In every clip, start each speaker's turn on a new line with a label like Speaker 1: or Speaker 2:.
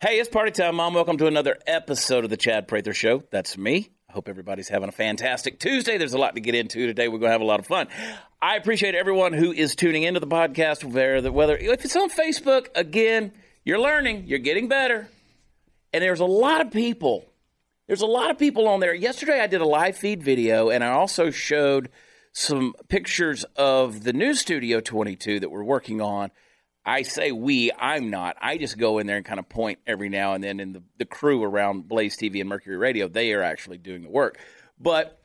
Speaker 1: Hey, it's party time, Mom. Welcome to another episode of the Chad Prather Show. That's me. I hope everybody's having a fantastic Tuesday. There's a lot to get into today. We're going to have a lot of fun. I appreciate everyone who is tuning into the podcast, whether, whether if it's on Facebook, again, you're learning, you're getting better. And there's a lot of people. There's a lot of people on there. Yesterday, I did a live feed video, and I also showed some pictures of the new Studio 22 that we're working on. I say we, I'm not. I just go in there and kind of point every now and then. And the, the crew around Blaze TV and Mercury Radio, they are actually doing the work. But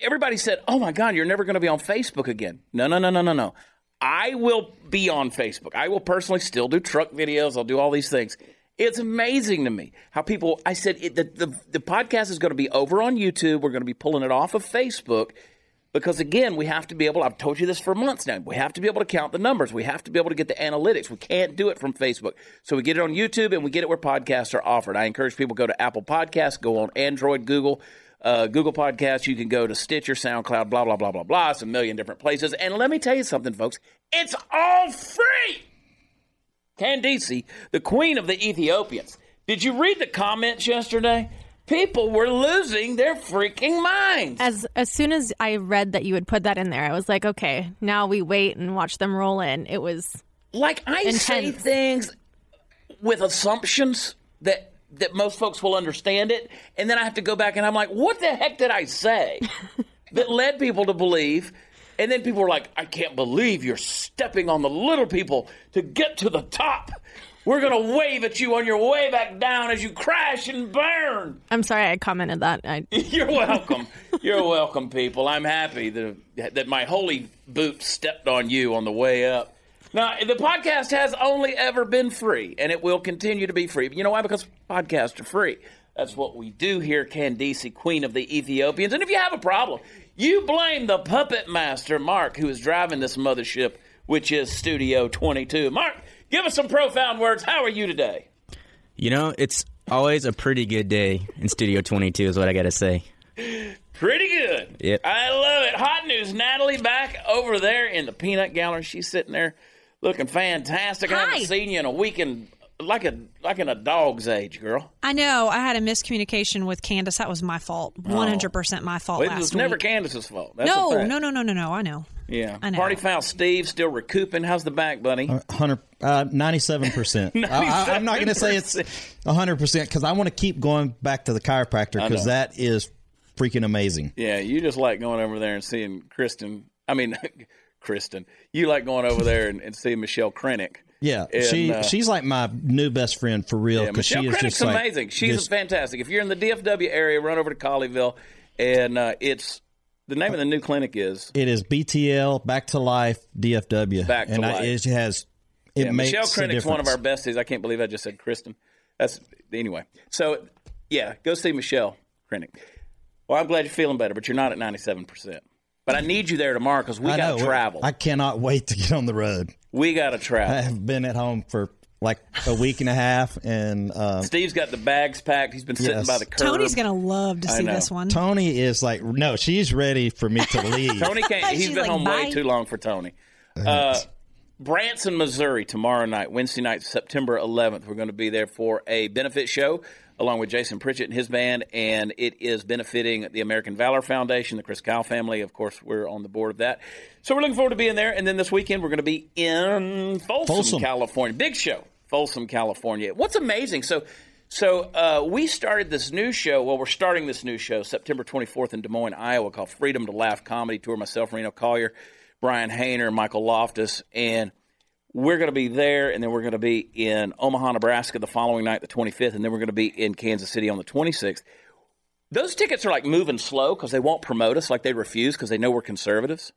Speaker 1: everybody said, oh my God, you're never going to be on Facebook again. No, no, no, no, no, no. I will be on Facebook. I will personally still do truck videos. I'll do all these things. It's amazing to me how people, I said, it, the, the, the podcast is going to be over on YouTube. We're going to be pulling it off of Facebook because again we have to be able i've told you this for months now we have to be able to count the numbers we have to be able to get the analytics we can't do it from facebook so we get it on youtube and we get it where podcasts are offered i encourage people to go to apple podcasts go on android google uh, google podcasts you can go to stitcher soundcloud blah blah blah blah blah it's a million different places and let me tell you something folks it's all free candice the queen of the ethiopians did you read the comments yesterday people were losing their freaking minds
Speaker 2: As as soon as I read that you had put that in there, I was like, okay, now we wait and watch them roll in. It was
Speaker 1: like I say
Speaker 2: Intense.
Speaker 1: things with assumptions that that most folks will understand it, and then I have to go back and I'm like, what the heck did I say that led people to believe? And then people were like, I can't believe you're stepping on the little people to get to the top. We're gonna wave at you on your way back down as you crash and burn.
Speaker 2: I'm sorry I commented that. I,
Speaker 1: You're welcome. You're welcome, people. I'm happy that, that my holy boot stepped on you on the way up. Now, the podcast has only ever been free, and it will continue to be free. You know why? Because podcasts are free. That's what we do here, Candice, Queen of the Ethiopians. And if you have a problem, you blame the puppet master, Mark, who is driving this mothership, which is Studio 22. Mark, give us some profound words. How are you today?
Speaker 3: You know, it's always a pretty good day in Studio 22, is what I gotta say.
Speaker 1: Pretty good.
Speaker 3: Yep.
Speaker 1: I love it. Hot news, Natalie back over there in the peanut gallery. She's sitting there looking fantastic. I
Speaker 4: Hi.
Speaker 1: haven't seen you in a week and like a like in a dog's age, girl.
Speaker 4: I know I had a miscommunication with Candace. That was my fault. One hundred percent my fault
Speaker 1: Oh. It
Speaker 4: last
Speaker 1: was never
Speaker 4: week.
Speaker 1: Candace's fault. That's a
Speaker 4: no,
Speaker 1: fact.
Speaker 4: no, no, no, no, no. I know.
Speaker 1: Yeah.
Speaker 4: I know.
Speaker 1: Party foul Steve still recouping. How's the back, buddy?
Speaker 5: Hundred, uh, ninety-seven percent. I'm not going to say it's hundred percent because I want to keep going back to the chiropractor
Speaker 1: know.
Speaker 5: because that is freaking amazing.
Speaker 1: yeah, you just like going over there and seeing Kristen. I mean Kristen. You like going over there and, and seeing Michelle Krennick.
Speaker 5: Yeah,
Speaker 1: And,
Speaker 5: she
Speaker 1: uh,
Speaker 5: she's like my new best friend for real
Speaker 1: Yeah,
Speaker 5: because
Speaker 1: Michelle
Speaker 5: she is
Speaker 1: Craddock's
Speaker 5: just like
Speaker 1: amazing. She's
Speaker 5: just-
Speaker 1: fantastic. If you're in the DFW area, run over to Colleyville, and uh, it's the name of the new clinic is
Speaker 5: it is BTL Back to Life DFW.
Speaker 1: Back to
Speaker 5: and
Speaker 1: life.
Speaker 5: I, it has it
Speaker 1: Yeah,
Speaker 5: makes
Speaker 1: Michelle
Speaker 5: a
Speaker 1: Krennic's
Speaker 5: difference.
Speaker 1: one of our besties. I can't believe I just said Kristen. That's anyway. So yeah, go see Michelle Krennick. Well, I'm glad you're feeling better, but you're not at 97. percent But I need you there tomorrow because we
Speaker 5: I
Speaker 1: got
Speaker 5: know.
Speaker 1: to travel.
Speaker 5: I cannot wait to get on the road.
Speaker 1: we got to
Speaker 5: I
Speaker 1: travel.
Speaker 5: have been at home for like a week and a half, and um,
Speaker 1: Steve's got the bags packed. He's been sitting
Speaker 5: Yes.
Speaker 1: by the curb.
Speaker 4: Tony's gonna love to
Speaker 1: I
Speaker 4: see
Speaker 1: know.
Speaker 4: this one.
Speaker 5: Tony is like, no, she's ready for me to leave.
Speaker 1: Tony can't. He's
Speaker 4: She's
Speaker 1: been
Speaker 4: like,
Speaker 1: home way
Speaker 4: "Bye."
Speaker 1: too long for Tony. Uh, Branson, Missouri, tomorrow night, Wednesday night, September 11th. We're going to be there for a benefit show along with Jason Pritchett and his band, and it is benefiting the American Valor Foundation, the Chris Kyle family. Of course, we're on the board of that. So we're looking forward to being there. And then this weekend, we're going to be in Folsom,
Speaker 5: Folsom.
Speaker 1: California. Big show, Folsom, California. What's amazing? So, so uh, we started this new show. Well, we're starting this new show September 24th in Des Moines, Iowa, called Freedom to Laugh Comedy Tour. Myself, Reno Collier, Brian Hayner, Michael Loftus, and we're going to be there, and then we're going to be in Omaha, Nebraska, the following night, the 25th, and then we're going to be in Kansas City on the 26th. Those tickets are like moving slow because they won't promote us, like they refuse because they know we're conservatives.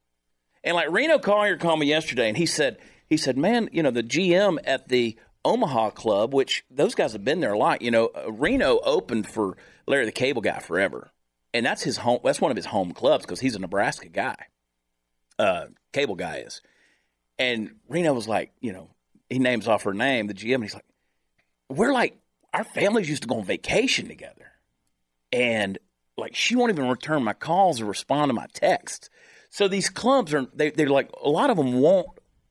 Speaker 1: And like Reno Collier called me yesterday, and he said, he said, man, you know, the GM at the Omaha club, which those guys have been there a lot. You know, uh, Reno opened for Larry the Cable Guy forever, and that's his home. That's one of his home clubs because he's a Nebraska guy. Uh, cable guy is, and Reno was like, you know, he names off her name, the GM, and he's like, we're like, our families used to go on vacation together, and like she won't even return my calls or respond to my texts. So these clubs are they, they're like a lot of them won't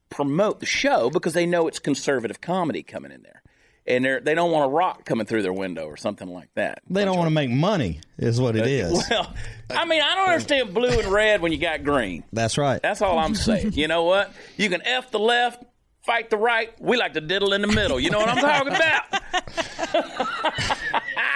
Speaker 1: promote the show because they know it's conservative comedy coming in there. and they're they don't want a rock coming through their window or something like that.
Speaker 5: They don't want to make money, is what it is.
Speaker 1: Well, I mean, I don't understand blue and red when you got green.
Speaker 5: That's right.
Speaker 1: That's all I'm saying. You know what? You can f the left, fight the right. We like to diddle in the middle. You know what I'm talking about?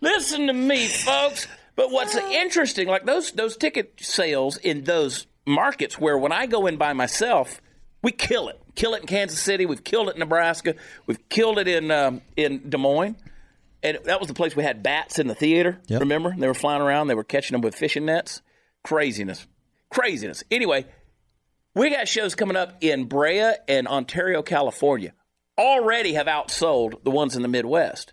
Speaker 1: Listen to me, folks. But what's interesting, like those those ticket sales in those markets where when I go in by myself, we kill it. Kill it in Kansas City. We've killed it in Nebraska. We've killed it in um, in Des Moines. And that was the place we had bats in the theater.
Speaker 5: Yep.
Speaker 1: Remember? They were flying around. They were catching them with fishing nets. Craziness. Craziness. Anyway, we got shows coming up in Brea and Ontario, California. Already have outsold the ones in the Midwest.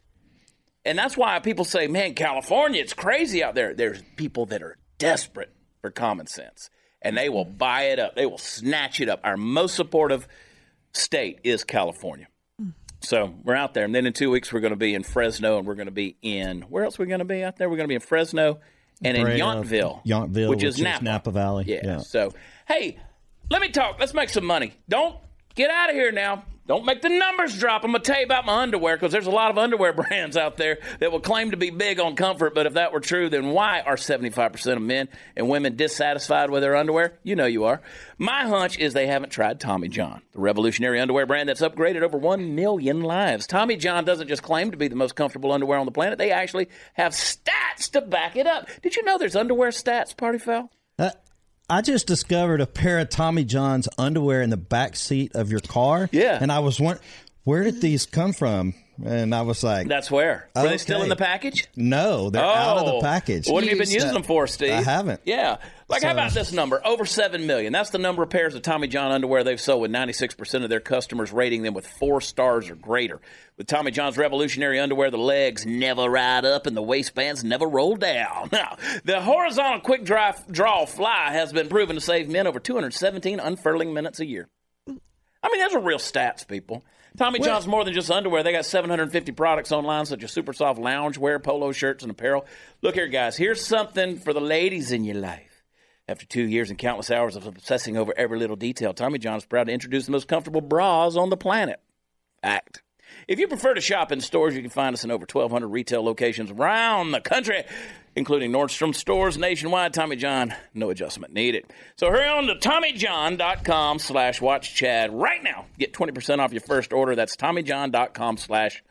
Speaker 1: And that's why people say, man, California, it's crazy out there. There's people that are desperate for common sense and they will buy it up, they will snatch it up. Our most supportive state is California. So we're out there. And then in two weeks, we're going to be in Fresno and we're going to be in where else are we going to be out there? We're going to be in Fresno and in
Speaker 5: Brea,
Speaker 1: Yountville,
Speaker 5: Yountville,
Speaker 1: which, is, Napa.
Speaker 5: Napa Valley.
Speaker 1: Yeah.
Speaker 5: Yeah.
Speaker 1: So, hey, let me talk. Let's make some money. Don't get out of here now. Don't make the numbers drop. I'm going to tell you about my underwear because there's a lot of underwear brands out there that will claim to be big on comfort. But if that were true, then why are 75% of men and women dissatisfied with their underwear? You know you are. My hunch is they haven't tried Tommy John, the revolutionary underwear brand that's upgraded over 1 million lives. Tommy John doesn't just claim to be the most comfortable underwear on the planet, they actually have stats to back it up. Did you know there's underwear stats, Party Foul?
Speaker 5: Uh, I just discovered a pair of Tommy John's underwear in the back seat of your car.
Speaker 1: Yeah.
Speaker 5: And I was wondering, where did these come from? And I was like,
Speaker 1: That's where. Were they still
Speaker 5: Okay.
Speaker 1: in the package?
Speaker 5: no, they're out of the
Speaker 1: Oh.
Speaker 5: package.
Speaker 1: What have you been using them for, Steve?
Speaker 5: I haven't.
Speaker 1: Yeah. Like, how
Speaker 5: So-
Speaker 1: about this number? Over 7 million. That's the number of pairs of Tommy John underwear they've sold, with 96% of their customers rating them with four stars or greater. With Tommy John's revolutionary underwear, the legs never ride up and the waistbands never roll down. Now, the horizontal quick dry, draw fly has been proven to save men over 217 unfurling minutes a year. I mean, those are real stats, people. Tommy John's more than just underwear. They got 750 products online, such as super soft loungewear, polo shirts, and apparel. Look here, guys. Here's something for the ladies in your life. After two years and countless hours of obsessing over every little detail, Tommy John is proud to introduce the most comfortable bras on the planet. Act. If you prefer to shop in stores, you can find us in over 1,200 retail locations around the country, including Nordstrom stores nationwide. Tommy John, no adjustment needed. So hurry on to TommyJohn.com slash watch Chad right now. Get 20% off your first order. That's TommyJohn.com slash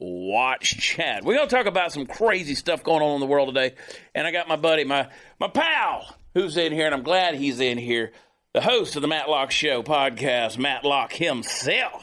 Speaker 1: watch Chad. We're going to talk about some crazy stuff going on in the world today. And I got my buddy, my, my pal, who's in here, and I'm glad he's in here, the host of the Matlock Show podcast, Matlock himself.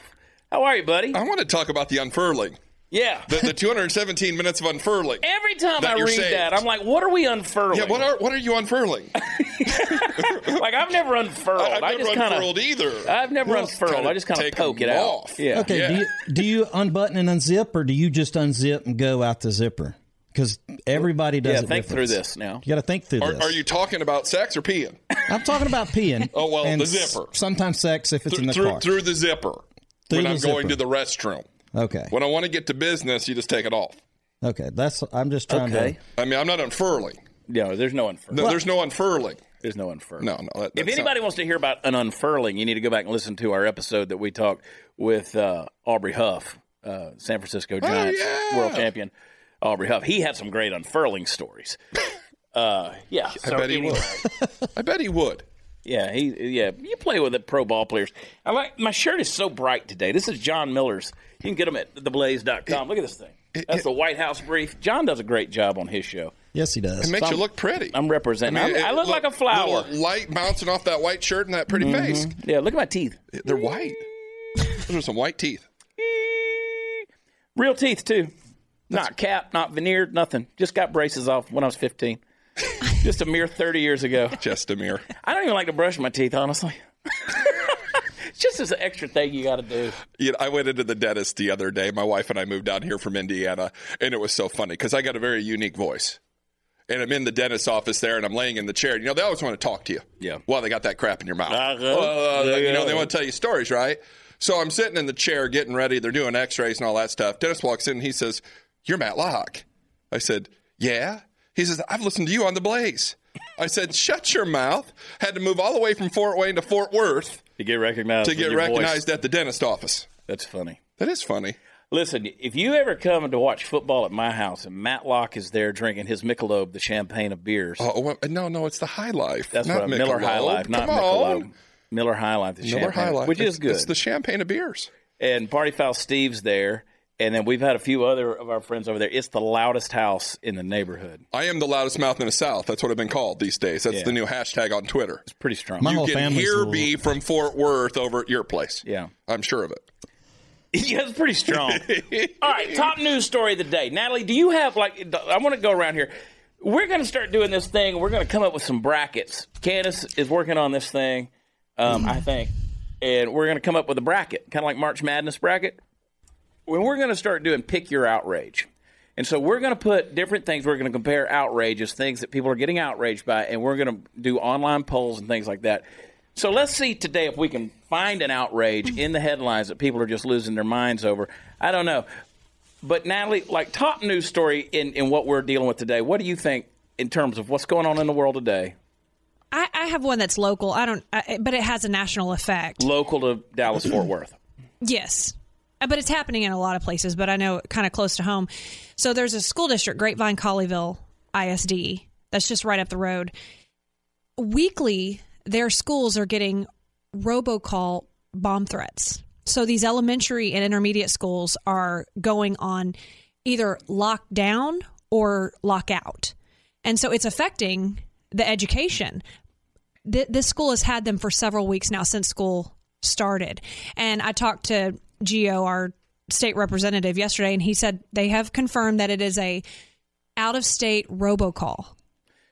Speaker 1: How are you, buddy?
Speaker 6: I want to talk about the unfurling.
Speaker 1: Yeah.
Speaker 6: The, the 217 minutes of unfurling.
Speaker 1: Every time
Speaker 6: that
Speaker 1: I
Speaker 6: you're
Speaker 1: read
Speaker 6: saved.
Speaker 1: that, I'm like, what are we unfurling?
Speaker 6: Yeah, what are what are you unfurling?
Speaker 1: like, I've never unfurled.
Speaker 6: I've
Speaker 1: I
Speaker 6: never
Speaker 1: just kind
Speaker 6: unfurled
Speaker 1: of.
Speaker 6: either.
Speaker 1: I've never
Speaker 6: Well,
Speaker 1: unfurled.
Speaker 6: kinda
Speaker 1: I just kind of
Speaker 6: take
Speaker 1: poke it
Speaker 6: them
Speaker 1: out.
Speaker 6: off.
Speaker 1: Yeah.
Speaker 5: Okay.
Speaker 6: Yeah.
Speaker 5: Do you do you unbutton and unzip, or do you just unzip and go out the zipper? Because everybody does.
Speaker 1: Yeah.
Speaker 5: it
Speaker 1: Think through
Speaker 5: different.
Speaker 1: this now.
Speaker 5: You got to think through
Speaker 6: Are,
Speaker 5: this.
Speaker 6: are you talking about sex or peeing?
Speaker 5: I'm talking about peeing.
Speaker 6: Oh, well,
Speaker 5: and
Speaker 6: the zipper.
Speaker 5: s- Sometimes sex if it's in the
Speaker 6: through
Speaker 5: car.
Speaker 6: through the zipper.
Speaker 5: Through
Speaker 6: when
Speaker 5: the
Speaker 6: I'm going
Speaker 5: zipper.
Speaker 6: to the restroom.
Speaker 5: okay.
Speaker 6: When I want to get to business, you just take it off.
Speaker 5: Okay. That's. I'm just trying
Speaker 1: Okay.
Speaker 5: to.
Speaker 6: I mean, I'm not unfurling.
Speaker 1: No, there's no unfurling.
Speaker 6: No, there's no unfurling.
Speaker 1: There's no unfurling.
Speaker 6: No, no. that-
Speaker 1: If
Speaker 6: that's not-
Speaker 1: anybody wants to hear about an unfurling, you need to go back and listen to our episode that we talked with uh, Aubrey Huff, uh, San Francisco Giants
Speaker 6: Oh, yeah.
Speaker 1: world champion. Aubrey Huff. He had some great unfurling stories. Uh, yeah.
Speaker 6: I bet he would. I bet he would.
Speaker 1: Yeah, he yeah. You play with the pro ball players. I like my shirt is so bright today. This is John Miller's. You can get them at theblaze.com. Look at this thing. That's the White House brief. John does a great job on his show.
Speaker 5: Yes, he does.
Speaker 6: It makes you look pretty.
Speaker 1: I'm representing. I,
Speaker 6: mean,
Speaker 1: I
Speaker 6: it-
Speaker 1: look, like a flower. Mm-hmm.
Speaker 6: little Light bouncing off that white shirt and that pretty face.
Speaker 1: Yeah, look at my teeth.
Speaker 6: They're white. Those are some white teeth.
Speaker 1: Real teeth too. Not cap, not veneered, nothing. Just got braces off when I was 15. Just a mere 30 years ago.
Speaker 6: Just a mirror.
Speaker 1: I don't even like to brush my teeth, honestly. it's just this extra thing you got to do.
Speaker 6: You know, I went into the dentist the other day. My wife and I moved down here from Indiana, and it was so funny because I got a very unique voice. And I'm in the dentist's office there, and I'm laying in the chair. You know, they always want to talk to you.
Speaker 1: Yeah.
Speaker 6: While they got that crap in your mouth.
Speaker 1: Uh-huh.
Speaker 6: Oh,
Speaker 1: Yeah.
Speaker 6: you know, they want to tell you stories, right? So I'm sitting in the chair getting ready. They're doing x rays and all that stuff. Dentist walks in, and he says, You're Matt Locke. I said, Yeah. He says, I've listened to you on The Blaze. I said, Shut your mouth. Had to move all the way from Fort Wayne to Fort Worth
Speaker 1: To get recognized.
Speaker 6: to get recognized at the dentist office.
Speaker 1: That's funny.
Speaker 6: That is funny.
Speaker 1: Listen, if you ever come to watch football at my house and Matlock is there drinking his Michelob, the champagne of beers,
Speaker 6: Oh, well, no, no, it's the High Life.
Speaker 1: that's
Speaker 6: not
Speaker 1: what Miller High
Speaker 6: Michelob.
Speaker 1: Life, not
Speaker 6: Come on.
Speaker 1: Michelob. Miller High Life, the
Speaker 6: Miller
Speaker 1: champagne,
Speaker 6: High Life,
Speaker 1: which
Speaker 6: It's-
Speaker 1: is good.
Speaker 6: It's the champagne of beers.
Speaker 1: and Party Foul Steve's there, and then we've had a few other of our friends over there. It's the loudest house in the neighborhood.
Speaker 6: I am the loudest mouth in the South. That's what I've been called these days. That's
Speaker 1: Yeah.
Speaker 6: the new hashtag on Twitter.
Speaker 1: Pretty strong.
Speaker 5: My
Speaker 6: You
Speaker 5: whole
Speaker 6: can
Speaker 5: family's
Speaker 6: hear
Speaker 5: little-
Speaker 6: me from Fort Worth over at your place.
Speaker 1: Yeah.
Speaker 6: I'm sure of it.
Speaker 1: Yeah, it's pretty strong. All right, top news story of the day. Natalie, do you have like I want to go around here. We're going to start doing this thing. We're going to come up with some brackets. Candace is working on this thing, um, I think, and we're going to come up with a bracket, kind of like March Madness bracket. When we're going to start doing pick your outrage, and so we're going to put different things. We're going to compare outrage as things that people are getting outraged by, and we're going to do online polls and things like that. So let's see today if we can find an outrage in the headlines that people are just losing their minds over. I don't know. But Natalie, like top news story in, in what we're dealing with today, what do you think in terms of what's going on in the world today,
Speaker 4: I, I have one that's local. I don't, I, but it has a national effect.
Speaker 1: local to Dallas Fort Worth?
Speaker 4: Yes. Uh, But it's happening in a lot of places, but I know kind of close to home. So there's a school district, Grapevine Colleyville ISD, that's just right up the road. Weekly, their schools are getting robocall bomb threats. So these elementary and intermediate schools are going on either lockdown or lockout. And so it's affecting the education th- this school has had them for several weeks now since school started. And I talked to Geo, our state representative, yesterday, and he said they have confirmed that it is a out of state robocall.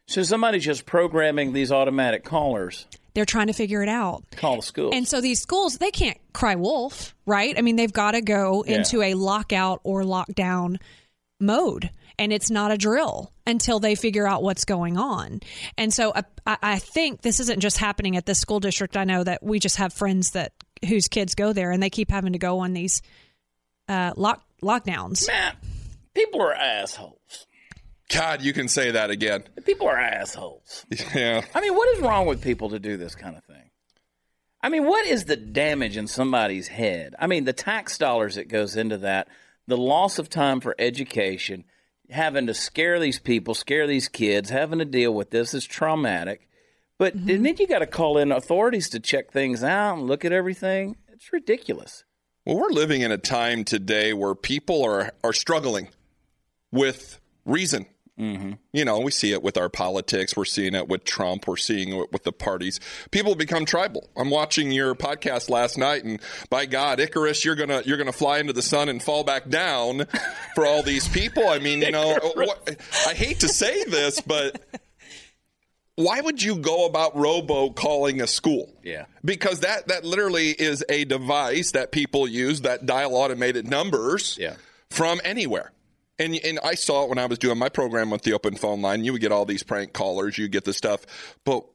Speaker 1: So somebody's just programming these automatic callers
Speaker 4: They're trying to figure it out.
Speaker 1: to call the schools.
Speaker 4: And so these schools, they can't cry wolf, right? I mean, they've got to go
Speaker 1: Yeah.
Speaker 4: into a lockout or lockdown mode. And it's not a drill until they figure out what's going on. And so I, I I think this isn't just happening at this school district. I know that we just have friends that whose kids go there and they keep having to go on these uh, lock lockdowns.
Speaker 1: Man, people are assholes.
Speaker 6: God, you can say that again.
Speaker 1: People are assholes.
Speaker 6: Yeah.
Speaker 1: I mean, what is wrong with people to do this kind of thing? I mean, what is the damage in somebody's head? I mean, the tax dollars that goes into that, the loss of time for education, having to scare these people, scare these kids, having to deal with this is traumatic. But and then you got to call in authorities to check things out and look at everything. It's ridiculous.
Speaker 6: Well, we're living in a time today where people are are struggling with reason. You know, we see it with our politics. We're seeing it with Trump. We're seeing it with the parties. People become tribal. I'm watching your podcast last night, and by God, Icarus, you're gonna you're gonna fly into the sun and fall back down for all these people. I mean, you know, what, I hate to say this, but why would you go about robo calling a school?
Speaker 1: Yeah.
Speaker 6: because that that literally is a device that people use that dial automated numbers
Speaker 1: Yeah.
Speaker 6: from anywhere. And and I saw it when I was doing my program with the open phone line. You would get all these prank callers, you get the stuff, but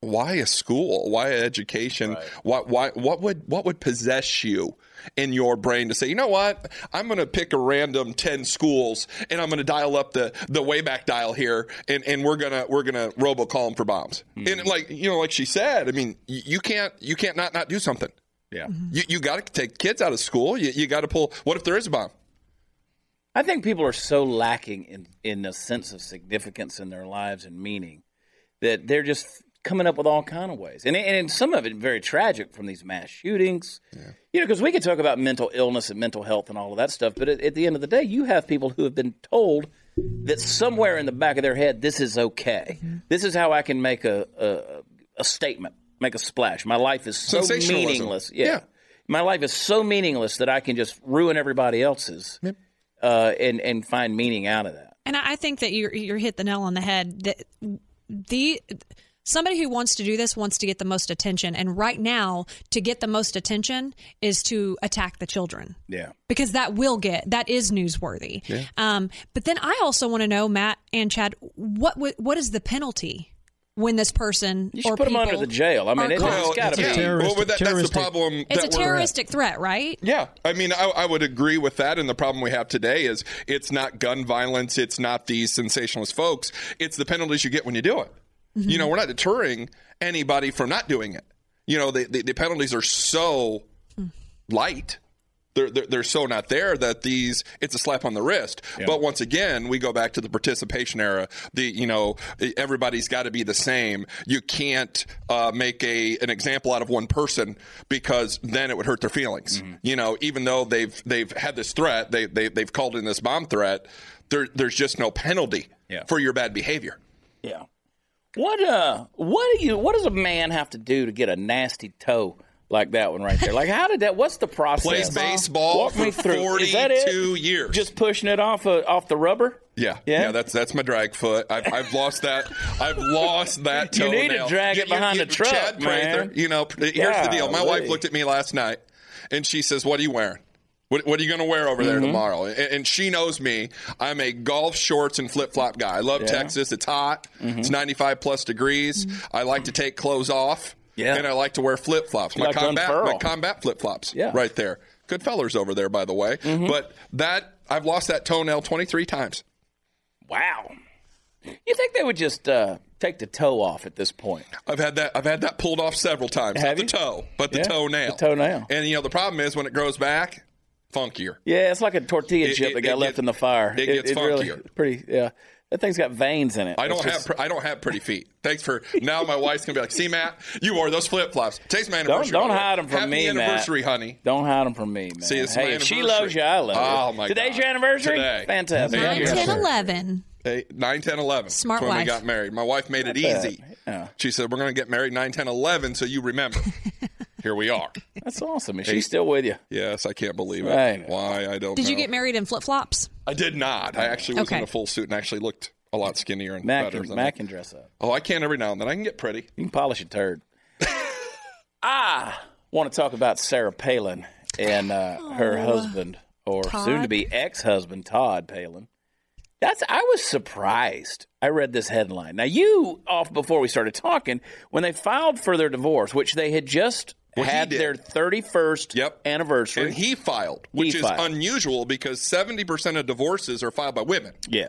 Speaker 6: why a school? Why education? Why, why what would what would possess you in your brain to say, you know what? I'm gonna pick a random ten schools and I'm gonna dial up the the wayback dial here and, and we're gonna we're gonna robocall them for bombs.
Speaker 1: Hmm.
Speaker 6: And like you know, like she said, I mean, you, you can't you can't not not do something.
Speaker 1: Yeah.
Speaker 4: Mm-hmm.
Speaker 6: You you gotta take kids out of school. You you gotta pull what if there is a bomb?
Speaker 1: I think people are so lacking in in a sense of significance in their lives and meaning that they're just coming up with all kind of ways, and and some of it very tragic from these mass shootings. You know, because we could talk about mental illness and mental health and all of that stuff, but at, at the end of the day, you have people who have been told that somewhere in the back of their head, this is okay.
Speaker 6: Mm-hmm.
Speaker 1: This is how I can make a a, a statement, make a splash. My life is so
Speaker 6: Sensationalism.
Speaker 1: meaningless.
Speaker 6: Yeah.
Speaker 1: My life is so meaningless that I can just ruin everybody else's uh, and and find meaning out of that.
Speaker 4: And I I think that you're you're hit the nail on the head. That the somebody who wants to do this wants to get the most attention, and right now, to get the most attention is to attack the children
Speaker 1: Yeah.
Speaker 4: because that will get that is newsworthy. Um, but then I also want to know, Matt and Chad, what w- what is the penalty when this person
Speaker 1: You should
Speaker 4: or
Speaker 1: put them under
Speaker 4: people
Speaker 1: the jail. I mean,
Speaker 4: are
Speaker 1: it-
Speaker 4: caught?
Speaker 1: it's got to
Speaker 5: it's a
Speaker 1: be.
Speaker 5: terror-
Speaker 6: well,
Speaker 5: terroristic-
Speaker 6: but that, that's the
Speaker 5: terroristic-
Speaker 6: problem.
Speaker 4: It's a
Speaker 6: that we're-
Speaker 4: terroristic threat, right?
Speaker 6: Yeah, I mean, I, I would agree with that. And the problem we have today is it's not gun violence, it's not these sensationalist folks, it's the penalties you get when you do it. You know, we're not deterring anybody from not doing it. You know, the, the, the penalties are so light they're, they're, they're so not there that these it's a slap on the wrist but once again we go back to the participation era the you know everybody's got to be the same you can't uh, make a an example out of one person because then it would hurt their feelings you know even though they've they've had this threat they, they they've called in this bomb threat there, there's just no penalty
Speaker 1: Yeah.
Speaker 6: for your bad behavior
Speaker 1: Yeah. What uh what do you what does a man have to do to get a nasty toe like that one right there? Like how did that what's the process?
Speaker 6: plays baseball
Speaker 1: Walk
Speaker 6: for
Speaker 1: me through. Is that it?
Speaker 6: 42 years
Speaker 1: Just pushing it off uh, off the rubber?
Speaker 6: Yeah,
Speaker 1: Yeah?
Speaker 6: yeah, that's that's my drag foot. I've, I've lost that. I've lost that.
Speaker 1: You
Speaker 6: Toenail.
Speaker 1: need to drag it behind the truck,
Speaker 6: Chad
Speaker 1: man.
Speaker 6: Prather, You know, p- here's the deal. My
Speaker 1: Golly.
Speaker 6: wife looked at me last night, and she says, "What are you wearing?" What, what are you going to wear over
Speaker 1: Mm-hmm.
Speaker 6: there tomorrow? And, and she knows me. I'm a golf shorts and flip flop guy. I love Texas. It's hot.
Speaker 1: Mm-hmm.
Speaker 6: It's 95 plus degrees. I like to take clothes off.
Speaker 1: Yeah.
Speaker 6: And I like to wear flip flops. My
Speaker 1: like to
Speaker 6: combat, my
Speaker 1: unfurl.
Speaker 6: combat flip flops.
Speaker 1: Yeah. Mm-hmm.
Speaker 6: Right there. Good fellers over there, by the way. But that I've lost that toenail 23 times.
Speaker 1: Wow. You think they would just uh take the toe off at this point?
Speaker 6: I've had that. I've had that pulled off several times.
Speaker 1: Have
Speaker 6: Not the
Speaker 1: you?
Speaker 6: toe, but the
Speaker 1: Yeah,
Speaker 6: toenail.
Speaker 1: the toenail.
Speaker 6: And you know the problem is when it grows back, funkier.
Speaker 1: Yeah, it's like a tortilla
Speaker 6: It-
Speaker 1: chip
Speaker 6: it-
Speaker 1: that got
Speaker 6: it
Speaker 1: left
Speaker 6: get-
Speaker 1: in the fire.
Speaker 6: it gets funkier.
Speaker 1: pretty yeah. That thing's got veins in it.
Speaker 6: I don't
Speaker 1: It's just-
Speaker 6: have. I don't have pretty feet. Thanks for now. My wife's gonna be like, "See, Matt, you wore those flip flops. Today's my anniversary.
Speaker 1: don't
Speaker 6: by the way.
Speaker 1: hide 'em from
Speaker 6: Happy
Speaker 1: me, Matt.
Speaker 6: anniversary, honey.
Speaker 1: Don't hide them from me, man.
Speaker 6: See, it's my
Speaker 1: hey, if she
Speaker 6: anniversary.
Speaker 1: loves you, I love you.
Speaker 6: Oh, my
Speaker 1: Today's
Speaker 6: God.
Speaker 1: your anniversary?
Speaker 6: Today.
Speaker 1: Fantastic.
Speaker 6: Thank
Speaker 4: Nine,
Speaker 6: you.
Speaker 4: ten,
Speaker 6: Yes, sir.
Speaker 4: eleven.
Speaker 6: Eight, 9, 10, 11.
Speaker 4: Smart
Speaker 6: That's when we
Speaker 4: wife.
Speaker 6: got married. My wife made it easy.
Speaker 1: Yeah.
Speaker 6: She said, We're going to get married 9, 10, 11, so you remember. Here we are.
Speaker 1: That's awesome. Is she still with you?
Speaker 6: Yes, I can't believe it.
Speaker 1: Right.
Speaker 6: Why? I don't
Speaker 4: Did
Speaker 6: know.
Speaker 4: you get married in flip flops?
Speaker 6: I did not. I actually was
Speaker 4: Okay.
Speaker 6: in a full suit and actually looked a lot skinnier and
Speaker 1: Mac,
Speaker 6: better.
Speaker 1: can,
Speaker 6: than
Speaker 1: Mac
Speaker 6: I-
Speaker 1: can dress up.
Speaker 6: Oh, I can every now and then. I can get pretty.
Speaker 1: You can polish a turd. I want to talk about Sarah Palin and uh, her
Speaker 6: Oh,
Speaker 1: husband, or soon to be ex husband, Todd Palin. That's I was surprised. I read this headline. Now you off before we started talking when they filed for their divorce, which they had just
Speaker 6: Well, he
Speaker 1: had
Speaker 6: did.
Speaker 1: their thirty first
Speaker 6: Yep.
Speaker 1: anniversary.
Speaker 6: And he filed, which is
Speaker 1: filed.
Speaker 6: unusual because 70% of divorces are filed by women.
Speaker 1: yeah,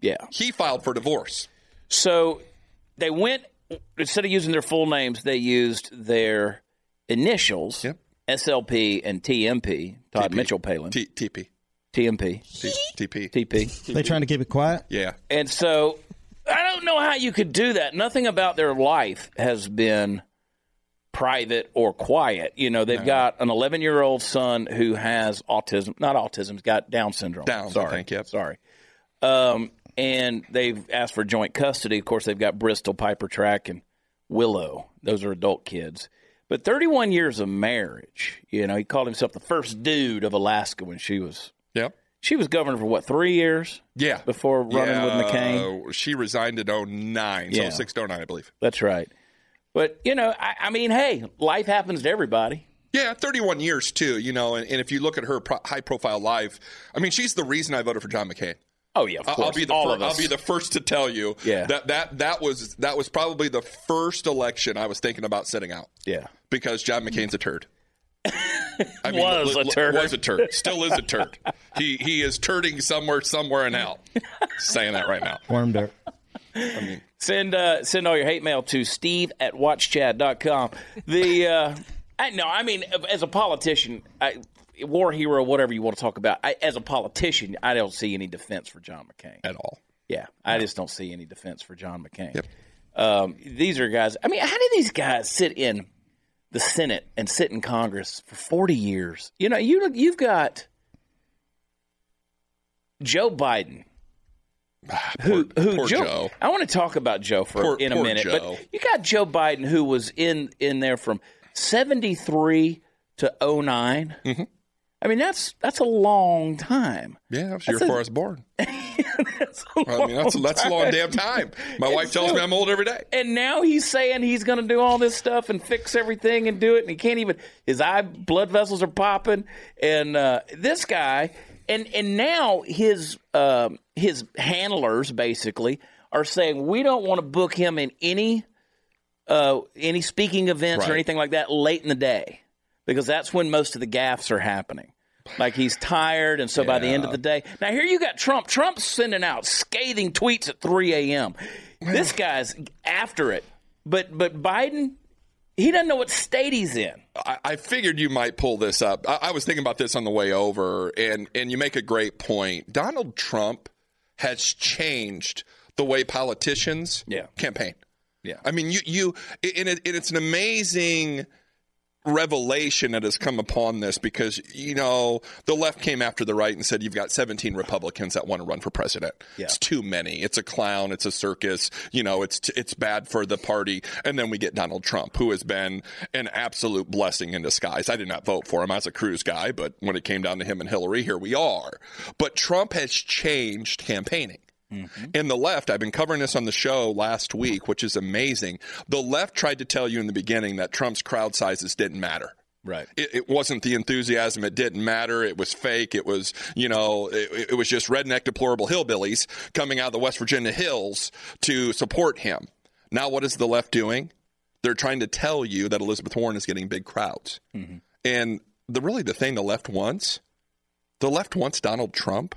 Speaker 1: yeah.
Speaker 6: He filed for divorce.
Speaker 1: So they went instead of using their full names, they used their initials,
Speaker 6: Yep.
Speaker 1: SLP and TMP, Todd Mitchell Palin,
Speaker 6: T- TP.
Speaker 1: TMP,
Speaker 6: T- TP.
Speaker 1: TP.
Speaker 5: They trying to keep it quiet?
Speaker 6: yeah.
Speaker 1: and so I don't know how you could do that. Nothing about their life has been private or quiet. You know, they've got an 11 year old son who has autism, not autism, he's got Down syndrome.
Speaker 6: Downs, I
Speaker 1: sorry.
Speaker 6: think, yep.
Speaker 1: Sorry. Um, and they've asked for joint custody. Of course, they've got Bristol, Piper Track, and Willow. Those are adult kids. But 31 years of marriage, you know, he called himself the first dude of Alaska when she was.
Speaker 6: Yep.
Speaker 1: She was governor for what, three years?
Speaker 6: Yeah.
Speaker 1: Before running with McCain?
Speaker 6: Uh, she resigned in 09,
Speaker 1: Yeah.
Speaker 6: so 06 09, I believe.
Speaker 1: That's right. But you know, I, I mean, hey, life happens to everybody.
Speaker 6: Yeah, 31 years too, you know, and, and if you look at her pro- high profile life, I mean, she's the reason I voted for John McCain.
Speaker 1: Oh yeah, of
Speaker 6: I-
Speaker 1: course.
Speaker 6: I'll be the
Speaker 1: all
Speaker 6: fir-
Speaker 1: of us.
Speaker 6: I'll be the first to tell you
Speaker 1: Yeah.
Speaker 6: that that that was that was probably the first election I was thinking about sitting out
Speaker 1: yeah.
Speaker 6: because John McCain's a turd. I
Speaker 1: Was a turd.
Speaker 6: Was a turd. Still is a turd. he he is turding somewhere somewhere in hell. Saying that right now.
Speaker 5: Worm dirt.
Speaker 1: Send uh, send all your hate mail to Steve at watchchad.com. The uh, I, no, I mean, as a politician, I, war hero, whatever you want to talk about. I, as a politician, I don't see any defense for John McCain.
Speaker 6: At all.
Speaker 1: Yeah, I just don't see any defense for John McCain. Um, these are guys. I mean, how do these guys sit in the Senate and sit in Congress for forty years? You know, you you've got Joe Biden. Who, who
Speaker 6: Ah, poor
Speaker 1: Joe,
Speaker 6: Joe.
Speaker 1: I want to talk about Joe for
Speaker 6: Poor-
Speaker 1: in a
Speaker 6: poor
Speaker 1: minute,
Speaker 6: Joe.
Speaker 1: but you got Joe Biden who was in in there from 73 to 9
Speaker 6: Mm-hmm.
Speaker 1: I mean, that's that's a long time.
Speaker 6: Yeah, it's year
Speaker 1: That's a-
Speaker 6: before I was born.
Speaker 1: That's a
Speaker 6: I mean, that's that's a long damn time. My wife tells me I'm old every day.
Speaker 1: And now he's saying he's going to do all this stuff and fix everything and do it, and he can't even. His eye blood vessels are popping, and uh, this guy, and and now his um his handlers basically are saying we don't want to book him in any uh, any speaking events or
Speaker 6: Right.
Speaker 1: anything like that late in the day because that's when most of the gaffes are happening. Like he's tired, and so by the end of the day, now here you got Trump. Trump's sending out scathing tweets at 3 a.m. This guy's after it, but but Biden He doesn't know what state he's in.
Speaker 6: I, I figured you might pull this up. I, I was thinking about this on the way over, and and you make a great point. Donald Trump has changed the way politicians
Speaker 1: Yeah.
Speaker 6: campaign.
Speaker 1: Yeah.
Speaker 6: I mean, you you and, it, and it's an amazing revelation that has come upon this because you know the left came after the right and said you've got 17 republicans that want to run for president
Speaker 1: Yeah.
Speaker 6: it's too many it's a clown it's a circus you know it's it's bad for the party and then we get donald trump who has been an absolute blessing in disguise i did not vote for him i was a cruz guy but when it came down to him and hillary here we are but trump has changed campaigning and the left, I've been covering this on the show last week, which is amazing. The left tried to tell you in the beginning that Trump's crowd sizes didn't matter.
Speaker 1: Right.
Speaker 6: It, it wasn't the enthusiasm. It didn't matter. It was fake. It was, you know, it, it was just redneck, deplorable hillbillies coming out of the West Virginia hills to support him. Now, what is the left doing? They're trying to tell you that Elizabeth Warren is getting big crowds. And the really the thing the left wants, the left wants Donald Trump,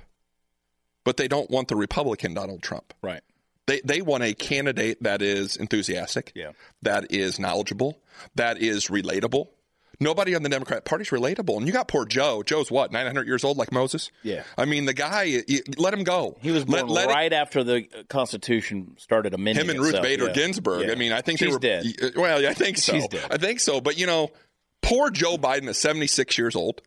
Speaker 6: but they don't want the Republican Donald Trump.
Speaker 1: Right.
Speaker 6: They they want a candidate that is enthusiastic,
Speaker 1: Yeah.
Speaker 6: that is knowledgeable, that is relatable. Nobody on the Democrat Party's relatable, and you got poor Joe. Joe's what nine hundred years old, like Moses.
Speaker 1: Yeah.
Speaker 6: I mean the guy. You, let him go.
Speaker 1: He was
Speaker 6: Let-
Speaker 1: born
Speaker 6: let it-
Speaker 1: right after the Constitution started amending.
Speaker 6: him and Ruth
Speaker 1: itself.
Speaker 6: Bader
Speaker 1: Yeah.
Speaker 6: Ginsburg.
Speaker 1: Yeah.
Speaker 6: I mean, I think
Speaker 1: She's
Speaker 6: they were
Speaker 1: dead.
Speaker 6: y- uh, Well, yeah, I think so.
Speaker 1: She's dead.
Speaker 6: I think so. But you know, poor Joe Biden is 76 years old,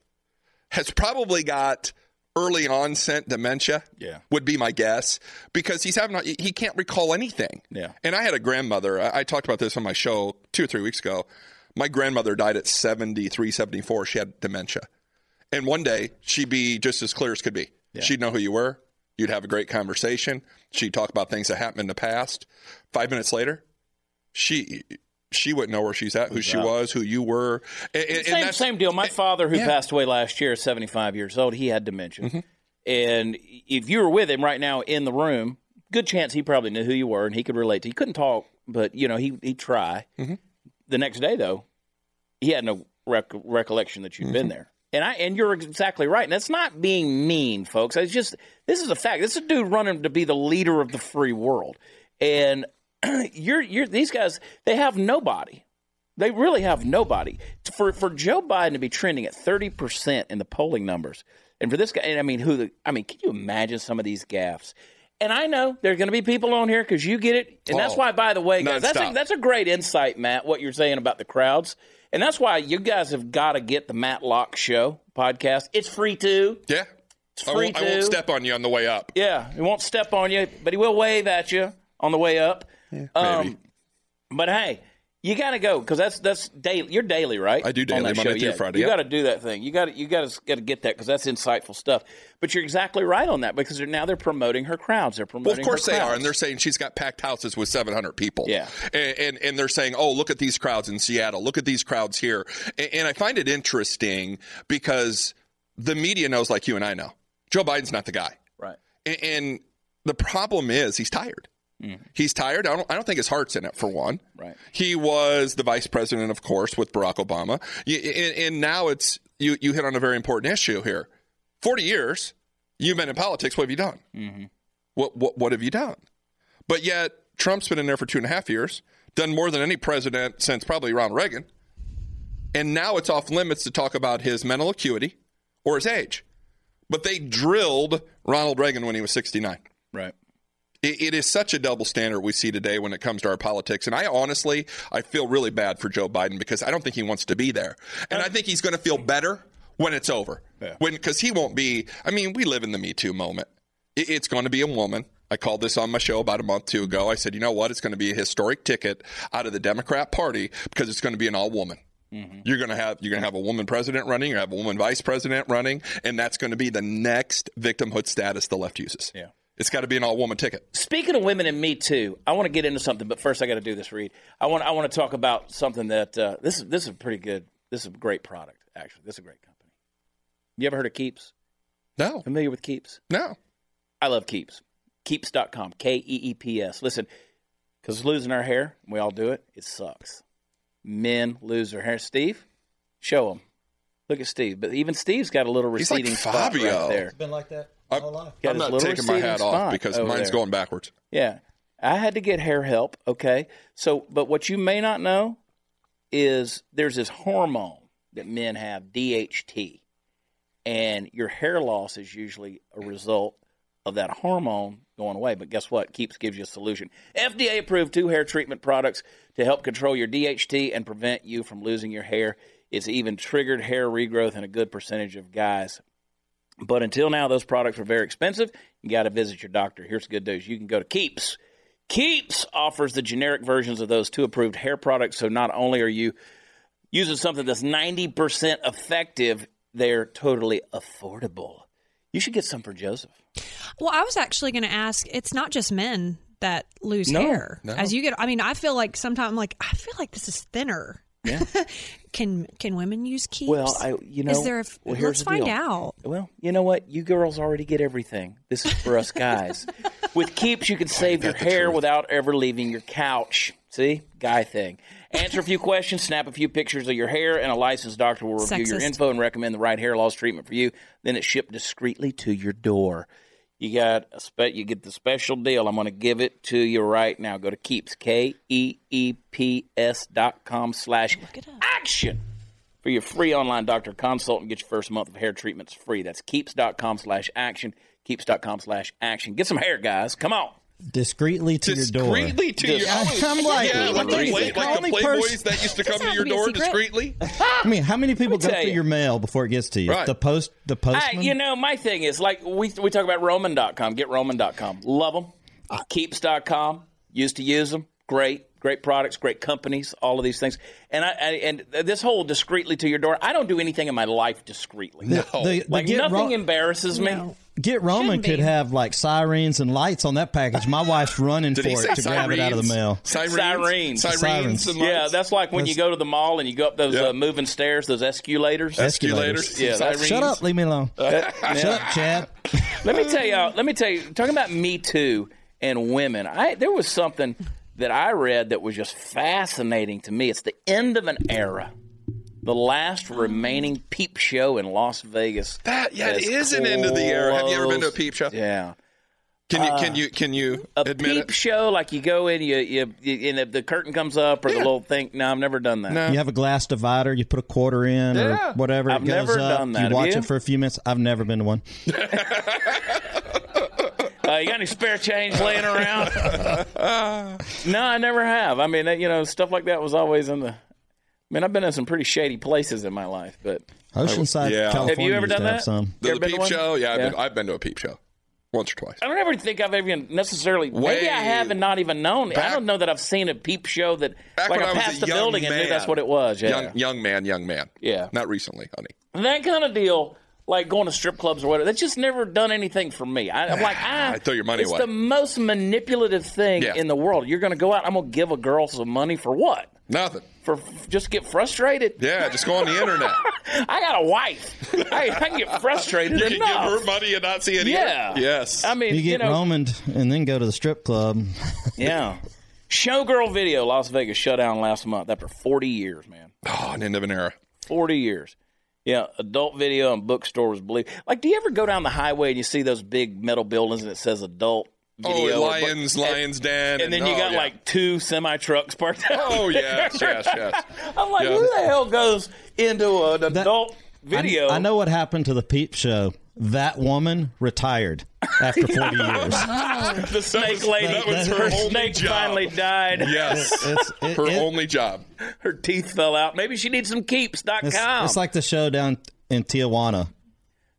Speaker 6: has probably got early onset dementia.
Speaker 1: Yeah.
Speaker 6: would be my guess because he's having a- he he can't recall anything.
Speaker 1: Yeah.
Speaker 6: and I had a grandmother. I, I talked about this on my show two or three weeks ago. My grandmother died at 73, 74. She had dementia. And one day she'd be just as clear as could be. She'd know who you were. You'd have a great conversation. She'd talk about things that happened in the past. Five minutes later, she she wouldn't know where she's at, who she was, who you were. And, and- and
Speaker 1: same,
Speaker 6: that's-
Speaker 1: same deal. My father, who passed away last year, 75 years old, he had dementia.
Speaker 6: Mm-hmm.
Speaker 1: And if you were with him right now in the room, good chance he probably knew who you were and he could relate to you. He couldn't talk, but, you know, he, he'd try.
Speaker 6: Mm-hmm.
Speaker 1: The next day, though, he had no rec- recollection that you had been there. And I and you're exactly right. And that's not being mean, folks. It's just this is a fact. This is a dude running to be the leader of the free world, and you're you're these guys. They have nobody. They really have nobody. For for Joe Biden to be trending at thirty percent in the polling numbers, and for this guy, and I mean, who? The, I mean, can you imagine some of these gaffes? And I know there's going to be people on here because you get it, and that's
Speaker 6: Oh,
Speaker 1: why. By the way, guys, that's a,
Speaker 6: nonstop.
Speaker 1: that's a great insight, Matt. What you're saying about the crowds, and that's why you guys have got to get the Matt Locke Show podcast. It's free too.
Speaker 6: yeah. I
Speaker 1: free
Speaker 6: won't, I won't
Speaker 1: to.
Speaker 6: step on you on the way up.
Speaker 1: Yeah, he won't step on you, but he will wave at you on the way up. um,
Speaker 6: maybe.
Speaker 1: But hey, you got to go because that's that's daily. You're daily, right?
Speaker 6: I do
Speaker 1: On
Speaker 6: daily,
Speaker 1: that
Speaker 6: Monday
Speaker 1: show,
Speaker 6: through
Speaker 1: yeah.
Speaker 6: Friday,
Speaker 1: You
Speaker 6: yep.
Speaker 1: got to do that thing. You got to you got to got to get that because that's insightful stuff. But you're exactly right on that because they're, now they're promoting her crowds. They're promoting.
Speaker 6: Well, of course
Speaker 1: her
Speaker 6: they are,
Speaker 1: crowds.
Speaker 6: and they're saying she's got packed houses with 700 people.
Speaker 1: Yeah.
Speaker 6: and and, and they're saying, oh, look at these crowds in Seattle. Look at these crowds here. And, and I find it interesting because the media knows, like you and I know, Joe Biden's not the guy.
Speaker 1: right.
Speaker 6: And, and the problem is he's tired. He's tired. I don't, I don't think his heart's in it, for one.
Speaker 1: Right.
Speaker 6: He was the vice president, of course, with Barack Obama. Y- And, and now it's you, you hit on a very important issue here. 40 years, you've been in politics. What have you done? What, what, what have you done? But yet, Trump's been in there for two and a half years, done more than any president since probably Ronald Reagan. And now it's off limits to talk about his mental acuity or his age. But they drilled Ronald Reagan when he was 69.
Speaker 1: Right.
Speaker 6: It, it is such a double standard we see today when it comes to our politics. And I honestly, I feel really bad for Joe Biden because I don't think he wants to be there. And I think he's going to feel better when it's over. When because he won't be. I mean, we live in the Me Too moment. It, it's going to be a woman. I called this on my show about a month two ago. I said, you know what? It's going to be a historic ticket out of the Democrat Party because it's going to be an all woman. You're gonna have you're gonna have a woman president running. You have a woman vice president running, and that's going to be the next victimhood status the left uses.
Speaker 1: Yeah.
Speaker 6: it's got to be an all woman ticket.
Speaker 1: Speaking of women and Me Too, I want to get into something, but first I got to do this read. I want I want to talk about something that uh, this is this is a pretty good. This is a great product actually. This is a great company. You ever heard of Keeps?
Speaker 6: No,
Speaker 1: Familiar with Keeps?
Speaker 6: no.
Speaker 1: I love Keeps. Keeps.com, K E E P S. Listen, because losing our hair, we all do it. It sucks. Men lose their hair. Steve, show him. Look at Steve. But even Steve's got a little
Speaker 6: He's like
Speaker 1: receding spot
Speaker 6: Fabio.
Speaker 1: right there.
Speaker 5: been like that
Speaker 6: I-
Speaker 5: all life.
Speaker 1: Got
Speaker 6: I'm
Speaker 1: his
Speaker 6: not
Speaker 1: little
Speaker 6: taking my
Speaker 1: receding
Speaker 6: hat
Speaker 1: spot
Speaker 6: off because
Speaker 1: over
Speaker 6: mine's
Speaker 1: there.
Speaker 6: going backwards.
Speaker 1: Yeah. I had to get hair help, okay? So, but what you may not know, is there's this hormone that men have, DHT, and your hair loss is usually a result of that hormone going away. But guess what? Keeps gives you a solution. FDA approved two hair treatment products to help control your DHT and prevent you from losing your hair. It's even triggered hair regrowth in a good percentage of guys. But until now, those products were very expensive. You got to visit your doctor. Here's the good news you can go to Keeps. Keeps offers the generic versions of those two approved hair products. So not only are you using something that's 90% effective, they're totally affordable. You should get some for Joseph.
Speaker 4: Well, I was actually going to ask. It's not just men that lose
Speaker 1: No,
Speaker 4: hair.
Speaker 6: no.
Speaker 4: As you get, I mean, I feel like sometimes I'm like, I feel like this is thinner.
Speaker 1: Yeah.
Speaker 4: can can women use keeps?
Speaker 1: Well, I you know
Speaker 4: is there? A,
Speaker 1: well, here's
Speaker 4: let's
Speaker 1: the
Speaker 4: find
Speaker 1: deal.
Speaker 4: out.
Speaker 1: Well, you know what? You girls already get everything. This is for us guys. With Keeps, you can save your hair without ever leaving your couch. See? Guy thing. Answer a few questions, snap a few pictures of your hair, and a licensed doctor will review your
Speaker 4: Sexist.
Speaker 1: info and recommend the right hair loss treatment for you. Then it's shipped discreetly to your door. You got a spe- you get the special deal. I'm going to give it to you right now. Go to Keeps, K E E P S dot com slash action for your free online doctor consult and get your first month of hair treatments free. That's keeps.com slash action. Keeps.com slash action. Get some hair, guys. Come on.
Speaker 5: discreetly to your door.
Speaker 6: Discreetly to your
Speaker 1: Yeah,
Speaker 6: house.
Speaker 5: I'm like,
Speaker 6: yeah, like,
Speaker 1: what
Speaker 6: the,
Speaker 1: do you
Speaker 6: play,
Speaker 1: think?
Speaker 6: like
Speaker 5: The
Speaker 6: the
Speaker 5: only
Speaker 6: Playboys
Speaker 5: person-
Speaker 6: that used to come
Speaker 4: Doesn't
Speaker 6: to
Speaker 4: have to
Speaker 6: your
Speaker 4: be a
Speaker 6: door
Speaker 4: secret.
Speaker 6: discreetly.
Speaker 5: I mean, how many people go
Speaker 1: tell
Speaker 5: through
Speaker 1: you.
Speaker 5: your mail before it gets to you?
Speaker 6: Right.
Speaker 5: The post, the
Speaker 1: Hey,
Speaker 5: postman.
Speaker 1: you know, my thing is like we, we talk about Roman.com. Get Roman.com. Love them.
Speaker 5: Ah.
Speaker 1: Keeps.com. Used to use them. Great. Great products, great companies, all of these things. And I, I and this whole discreetly to your door, I don't do anything in my life discreetly.
Speaker 6: No.
Speaker 5: The- the
Speaker 1: Like
Speaker 5: get
Speaker 1: nothing
Speaker 5: Ro-
Speaker 1: embarrasses me.
Speaker 5: Get Roman
Speaker 4: Shouldn't be.
Speaker 5: could have like sirens and lights on that package. My wife's running
Speaker 6: Did
Speaker 5: for
Speaker 6: he say
Speaker 5: it to grab it out of the mail.
Speaker 6: Sirens.
Speaker 1: Sirens.
Speaker 6: Sirens.
Speaker 5: Sirens.
Speaker 6: and
Speaker 1: Yeah,
Speaker 6: lights?
Speaker 1: that's like when you go to the mall and you go up those
Speaker 6: Yeah.
Speaker 1: uh, moving stairs, those escalators.
Speaker 6: Escalators.
Speaker 1: Yeah, that's-
Speaker 6: sirens.
Speaker 5: Shut up, leave me alone. Shut up, Chad.
Speaker 1: Let me tell y'all. Let me tell you. Talking about Me Too and women, I there was something that I read that was just fascinating to me. It's the end of an era. The last remaining peep show in Las Vegas.
Speaker 6: That- yeah, it
Speaker 1: has
Speaker 6: is an end of the era. Have you ever been to a
Speaker 1: closed
Speaker 6: peep show?
Speaker 1: down.
Speaker 6: Can you can you can you
Speaker 1: uh, A
Speaker 6: admit
Speaker 1: peep
Speaker 6: it?
Speaker 1: show, like you go in, you you, you and if the curtain comes up or the
Speaker 6: Yeah.
Speaker 1: little thing. No, I've never done that.
Speaker 6: No.
Speaker 5: You have a glass divider. You put a quarter in
Speaker 6: Yeah.
Speaker 5: or whatever.
Speaker 1: I've
Speaker 5: it goes
Speaker 1: never
Speaker 5: up.
Speaker 1: done that. Have
Speaker 5: You watch
Speaker 1: you?
Speaker 5: it for a few minutes. I've never been to one.
Speaker 1: Uh, you got any spare change laying around? no, I never have. I mean, you know, stuff like that was always in the. I mean, I've been in some pretty shady places in my life, but
Speaker 5: Oceanside,
Speaker 6: yeah. Have you
Speaker 5: California.
Speaker 1: ever
Speaker 5: used Oh, to
Speaker 1: done
Speaker 5: have
Speaker 1: that?
Speaker 5: Some.
Speaker 1: You
Speaker 6: The,
Speaker 1: ever been to
Speaker 6: peep
Speaker 1: one?
Speaker 6: show? Yeah, I've,
Speaker 1: Yeah.
Speaker 6: Been, I've been to a peep show once or twice.
Speaker 1: I don't ever think I've even necessarily. maybe
Speaker 6: Way
Speaker 1: I have and not even known. I
Speaker 6: back-
Speaker 1: don't know that I've seen a peep show that
Speaker 6: Back
Speaker 1: like
Speaker 6: when
Speaker 1: I
Speaker 6: I was
Speaker 1: passed
Speaker 6: a
Speaker 1: the
Speaker 6: young
Speaker 1: building and knew
Speaker 6: man.
Speaker 1: that's what it was. Yeah,
Speaker 6: Young young man, young man.
Speaker 1: Yeah.
Speaker 6: Not recently, honey.
Speaker 1: that kind of deal. Like going to strip clubs or whatever, that's just never done anything for me. I, I'm like, I,
Speaker 6: I throw your money
Speaker 1: it's
Speaker 6: away.
Speaker 1: the most manipulative thing
Speaker 6: Yeah.
Speaker 1: in the world. You're going to go out. I'm going to give a girl some money for what?
Speaker 6: Nothing.
Speaker 1: For just get frustrated?
Speaker 6: Yeah, just go on the internet.
Speaker 1: I got a wife. I, I can get frustrated
Speaker 6: You can give
Speaker 1: enough.
Speaker 6: her money and not see any.
Speaker 1: yeah.
Speaker 6: Yes.
Speaker 1: I mean,
Speaker 5: You
Speaker 1: you,
Speaker 5: get
Speaker 1: know,
Speaker 5: Romaned and then go to the strip club.
Speaker 1: yeah. Showgirl video, Las Vegas shut down last month after 40 years, man.
Speaker 6: oh, an end of an era.
Speaker 1: 40 years. Yeah, adult video and bookstore was believed. Like, do you ever go down the highway and you see those big metal buildings and it says adult
Speaker 6: Oh,
Speaker 1: video? or book-
Speaker 6: lions, lions den,
Speaker 1: And then you
Speaker 6: oh,
Speaker 1: got
Speaker 6: yeah.
Speaker 1: like two semi trucks parked out.
Speaker 6: Oh yes, yes, yes.
Speaker 1: I'm like,
Speaker 6: yeah.
Speaker 1: who the hell goes into an adult
Speaker 5: I-
Speaker 1: video?
Speaker 5: I, know what happened to the peep show. That woman retired after 40 years.
Speaker 1: the snake lady.
Speaker 5: that was her only
Speaker 1: snake
Speaker 6: job.
Speaker 1: finally died.
Speaker 6: Yes.
Speaker 5: It's, it-
Speaker 6: Her
Speaker 5: it-
Speaker 6: only job.
Speaker 1: her teeth fell out. Maybe she needs some keeps.com.
Speaker 5: it's, it's like the show down in Tijuana.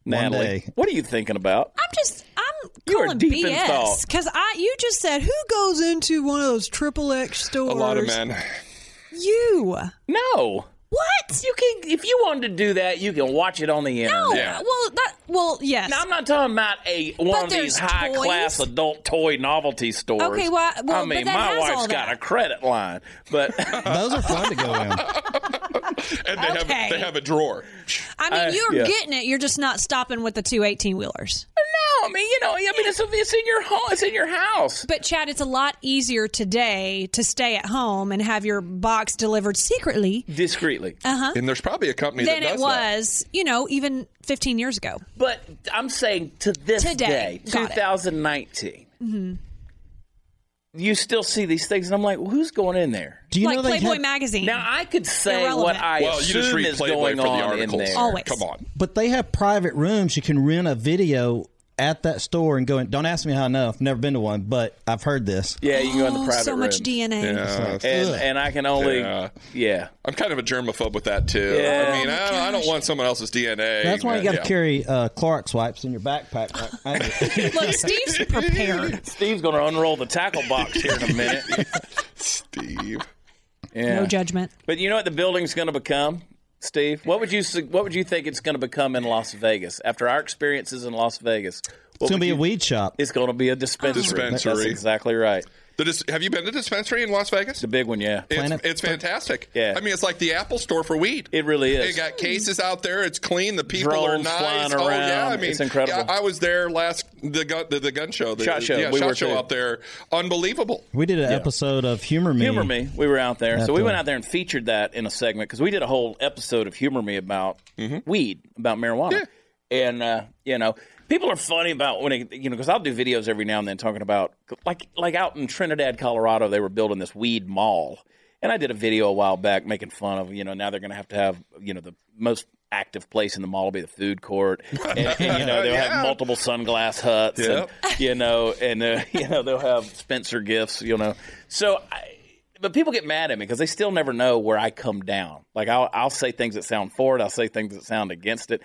Speaker 1: Natalie,
Speaker 5: day.
Speaker 1: what are you thinking about?
Speaker 4: I'm just I'm
Speaker 1: You are
Speaker 4: calling
Speaker 1: deep in thought.
Speaker 4: BS because I you just said who goes into one of those triple X stores?
Speaker 6: A lot of men.
Speaker 4: You
Speaker 1: No.
Speaker 4: what?
Speaker 1: You can if you wanted to do that, you can watch it on the internet.
Speaker 4: No.
Speaker 6: Yeah.
Speaker 4: Well, that well yes.
Speaker 1: Now, I'm not talking about a one
Speaker 4: But
Speaker 1: of these
Speaker 4: there's
Speaker 1: high class
Speaker 4: toys.
Speaker 1: adult toy novelty stores.
Speaker 4: Okay, well- well,
Speaker 1: I mean,
Speaker 4: but that
Speaker 1: my
Speaker 4: has
Speaker 1: wife's
Speaker 4: all that.
Speaker 1: got a credit line, but
Speaker 5: Those are fun to go in.
Speaker 6: And they
Speaker 4: Okay.
Speaker 6: have they have a drawer.
Speaker 4: I mean,
Speaker 1: I-
Speaker 4: you're
Speaker 1: yeah.
Speaker 4: getting it. You're just not stopping with the two 18 wheelers.
Speaker 1: no, I mean, you know, I mean, it's, it's in your home, it's in your house.
Speaker 4: But Chad, it's a lot easier today to stay at home and have your box delivered secretly
Speaker 1: Discreetly,
Speaker 4: Uh,
Speaker 6: And there's probably a company
Speaker 4: than
Speaker 6: that
Speaker 4: it
Speaker 6: does that.
Speaker 4: was, you know, even 15 years ago.
Speaker 1: but I'm saying to this
Speaker 4: Today.
Speaker 1: day,
Speaker 4: Mm-hmm. Got it.
Speaker 1: 2019, you still see these things, and I'm like, well, who's going in there?
Speaker 5: Do you
Speaker 4: like
Speaker 5: know they
Speaker 4: Playboy
Speaker 5: had-
Speaker 4: magazine.
Speaker 1: Now I could say
Speaker 4: Irrelevant.
Speaker 1: what I
Speaker 6: well, you
Speaker 1: assume
Speaker 6: just read
Speaker 1: is
Speaker 6: Playboy
Speaker 1: going
Speaker 6: for the
Speaker 1: on in
Speaker 6: articles.
Speaker 1: there.
Speaker 4: Always.
Speaker 6: Come on.
Speaker 5: But they have private rooms you can rent a video at that store and go in. Don't ask me how I know. I've never been to one, but I've heard this.
Speaker 1: Yeah, you can go in the
Speaker 4: oh,
Speaker 1: private
Speaker 4: so much
Speaker 1: room.
Speaker 4: DNA.
Speaker 6: Yeah.
Speaker 1: and and I can only
Speaker 6: Yeah.
Speaker 1: yeah.
Speaker 6: Uh, I'm kind of a germaphobe with that too.
Speaker 1: Yeah.
Speaker 6: I mean, I, don't- I
Speaker 4: Oh
Speaker 6: don't want someone else's DNA.
Speaker 5: That's why you got to
Speaker 6: Yeah.
Speaker 5: carry uh, Clorox wipes in your backpack. I-
Speaker 4: Look, Steve's prepared.
Speaker 1: Steve's going to unroll the tackle box here in a minute.
Speaker 6: Steve.
Speaker 1: Yeah.
Speaker 4: No judgment.
Speaker 1: But you know what the building's going to become, Steve? What would you su- what would you think it's going to become in Las Vegas after our experiences in Las Vegas?
Speaker 5: it's going to be a weed shop.
Speaker 1: It's going to be a dispensary.
Speaker 6: Dispensary.
Speaker 1: That's exactly right.
Speaker 6: The dis- have you been to the dispensary in Las Vegas?
Speaker 1: The big one, yeah. It,
Speaker 6: It's,
Speaker 5: Planet-
Speaker 6: it's fantastic.
Speaker 1: Yeah.
Speaker 6: I mean, it's like the Apple store for weed.
Speaker 1: really
Speaker 6: They
Speaker 1: is.
Speaker 6: got cases out there. It's clean. The people are
Speaker 1: Drones
Speaker 6: nice.
Speaker 1: flying
Speaker 6: oh yeah, I
Speaker 1: around.
Speaker 6: mean,
Speaker 1: It's incredible.
Speaker 6: yeah, I was there last the gun the, the gun show, the
Speaker 1: Shot show.
Speaker 6: yeah,
Speaker 1: We
Speaker 6: shot
Speaker 1: were
Speaker 6: show
Speaker 1: too.
Speaker 6: out there. Unbelievable.
Speaker 5: We did an episode of Humor Me.
Speaker 1: Humor Me. We were out there, so
Speaker 5: That's
Speaker 1: we
Speaker 5: right.
Speaker 1: went out there and featured that in a segment because we did a whole episode of Humor Me about weed, about marijuana, and uh, you know, people are funny about when it, you know because I'll do videos every now and then talking about like like out in Trinidad, Colorado, they were building this weed mall, and I did a video a while back making fun of you know now they're going to have to have you know the most active place in the mall will be the food court and, and, you know they'll have
Speaker 6: Yeah.
Speaker 1: multiple sunglass huts and, you know and uh, you know they'll have spencer gifts you know so I, but people get mad at me because they still never know where I come down. Like I'll, I'll say things that sound for it. I'll say things that sound against it.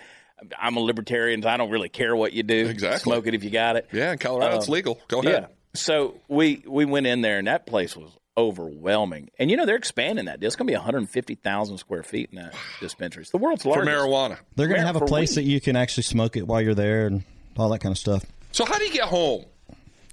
Speaker 1: I'm a libertarian. So I don't really care what you do.
Speaker 6: Exactly.
Speaker 1: Smoke it if you got it.
Speaker 6: Yeah, in Colorado, it's legal. Go
Speaker 1: Yeah.
Speaker 6: ahead.
Speaker 1: So we we went in there and that place was overwhelming. And you know they're expanding that. There's going to be 150,000 square feet in that dispensary. It's the world's
Speaker 6: For
Speaker 1: largest.
Speaker 6: marijuana.
Speaker 5: They're going
Speaker 1: Yeah,
Speaker 5: to have a
Speaker 1: for
Speaker 5: place
Speaker 1: weed.
Speaker 5: that you can actually smoke it while you're there and all that kind of stuff.
Speaker 6: So how do you get home?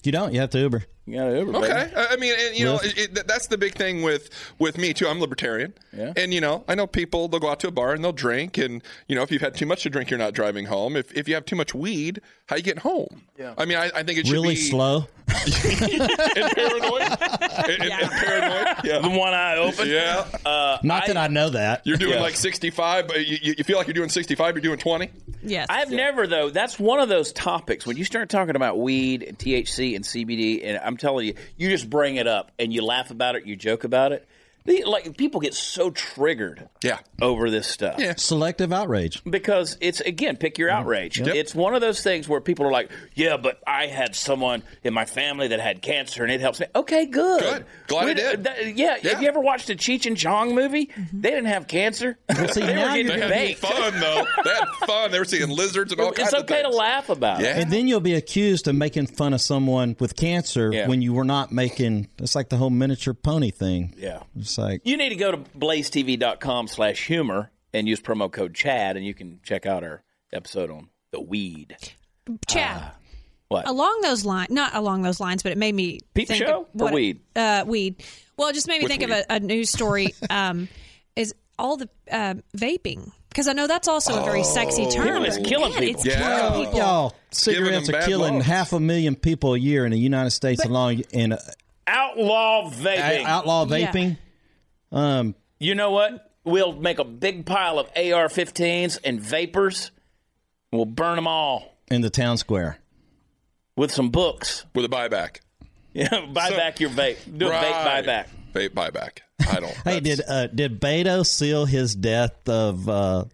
Speaker 5: You don't. You have to Uber.
Speaker 1: You gotta Uber, baby.
Speaker 6: Okay, I I mean, and, you know,
Speaker 5: Well-
Speaker 1: Mm-hmm.
Speaker 6: it, it, th- that's the big thing with with me too. I'm libertarian,
Speaker 1: Yeah.
Speaker 6: and you know, I know people. They'll go out to a bar and they'll drink, and you know, if you've had too much to drink, you're not driving home. If if you have too much weed, how you get home? Yeah, I mean, I, I think it should
Speaker 5: Really
Speaker 6: be
Speaker 5: slow.
Speaker 6: and paranoid, and, and- and paranoid.
Speaker 1: The
Speaker 6: Yeah,
Speaker 1: one eye open.
Speaker 6: yeah.
Speaker 5: Not that I know that.
Speaker 6: You're doing
Speaker 1: Yeah.
Speaker 6: like 65, but you, you you feel like you're doing 65. You're doing 20.
Speaker 4: Yes.
Speaker 1: I've never though. That's one of those topics when you start talking about weed and THC and CBD, and I'm telling you, you just bring it up and you laugh about it, you joke about it. The- Like people get so triggered,
Speaker 6: Yeah.
Speaker 1: over this stuff.
Speaker 6: Yeah.
Speaker 5: Selective outrage.
Speaker 1: Because it's again, pick your outrage. It's one of those things where people are like, "Yeah, but I had someone in my family that had cancer, and it helps me." Okay, good.
Speaker 6: Good. Glad
Speaker 1: We-
Speaker 6: it did.
Speaker 1: that- yeah,
Speaker 6: Yeah.
Speaker 1: Have you ever watched a Cheech and Chong movie? They didn't have cancer.
Speaker 5: Mm-hmm. see,
Speaker 1: they
Speaker 5: now
Speaker 1: were
Speaker 5: you're
Speaker 1: getting
Speaker 6: They had
Speaker 1: baked.
Speaker 6: fun though. They had fun. They were seeing lizards and all kinds
Speaker 1: It's
Speaker 6: of
Speaker 1: okay to
Speaker 6: things.
Speaker 1: laugh about. it.
Speaker 6: Yeah.
Speaker 5: And then you'll be accused of making fun of someone with cancer
Speaker 1: Yeah.
Speaker 5: when you were not making. It's like the whole miniature pony thing.
Speaker 1: Yeah.
Speaker 5: It's like
Speaker 1: You need to go to blazetv.com slash humor and use promo code CHAD, and you can check out our episode on the weed.
Speaker 4: Chad.
Speaker 1: uh, What?
Speaker 4: Along those lines, not along those lines, but it made me
Speaker 1: Peep
Speaker 4: think
Speaker 1: show
Speaker 4: of
Speaker 1: or weed?
Speaker 4: Uh, weed. Well, it just made me think of a, a news story. Um, is all the uh, vaping because I know that's also a very sexy term.
Speaker 1: Oh. it's
Speaker 4: but
Speaker 1: killing
Speaker 4: man,
Speaker 1: people.
Speaker 4: It's
Speaker 6: Yeah.
Speaker 4: killing people.
Speaker 5: y'all
Speaker 6: giving them
Speaker 5: cigarettes are
Speaker 6: bad
Speaker 5: killing
Speaker 6: laws.
Speaker 5: half a million people a year in the United States alone. And uh,
Speaker 1: Outlaw vaping.
Speaker 5: outlaw
Speaker 4: Yeah.
Speaker 5: vaping. Um,
Speaker 1: you know what? We'll make a big pile of AR-15s and vapors. and We'll burn them all
Speaker 5: in the town square.
Speaker 1: with some books.
Speaker 6: with a buyback.
Speaker 1: Yeah, buy
Speaker 6: So-
Speaker 1: back your vape. Do a
Speaker 6: Right.
Speaker 1: vape buyback.
Speaker 6: Vape buyback. I don't.
Speaker 5: Hey, did uh, did Beto seal his death of uh,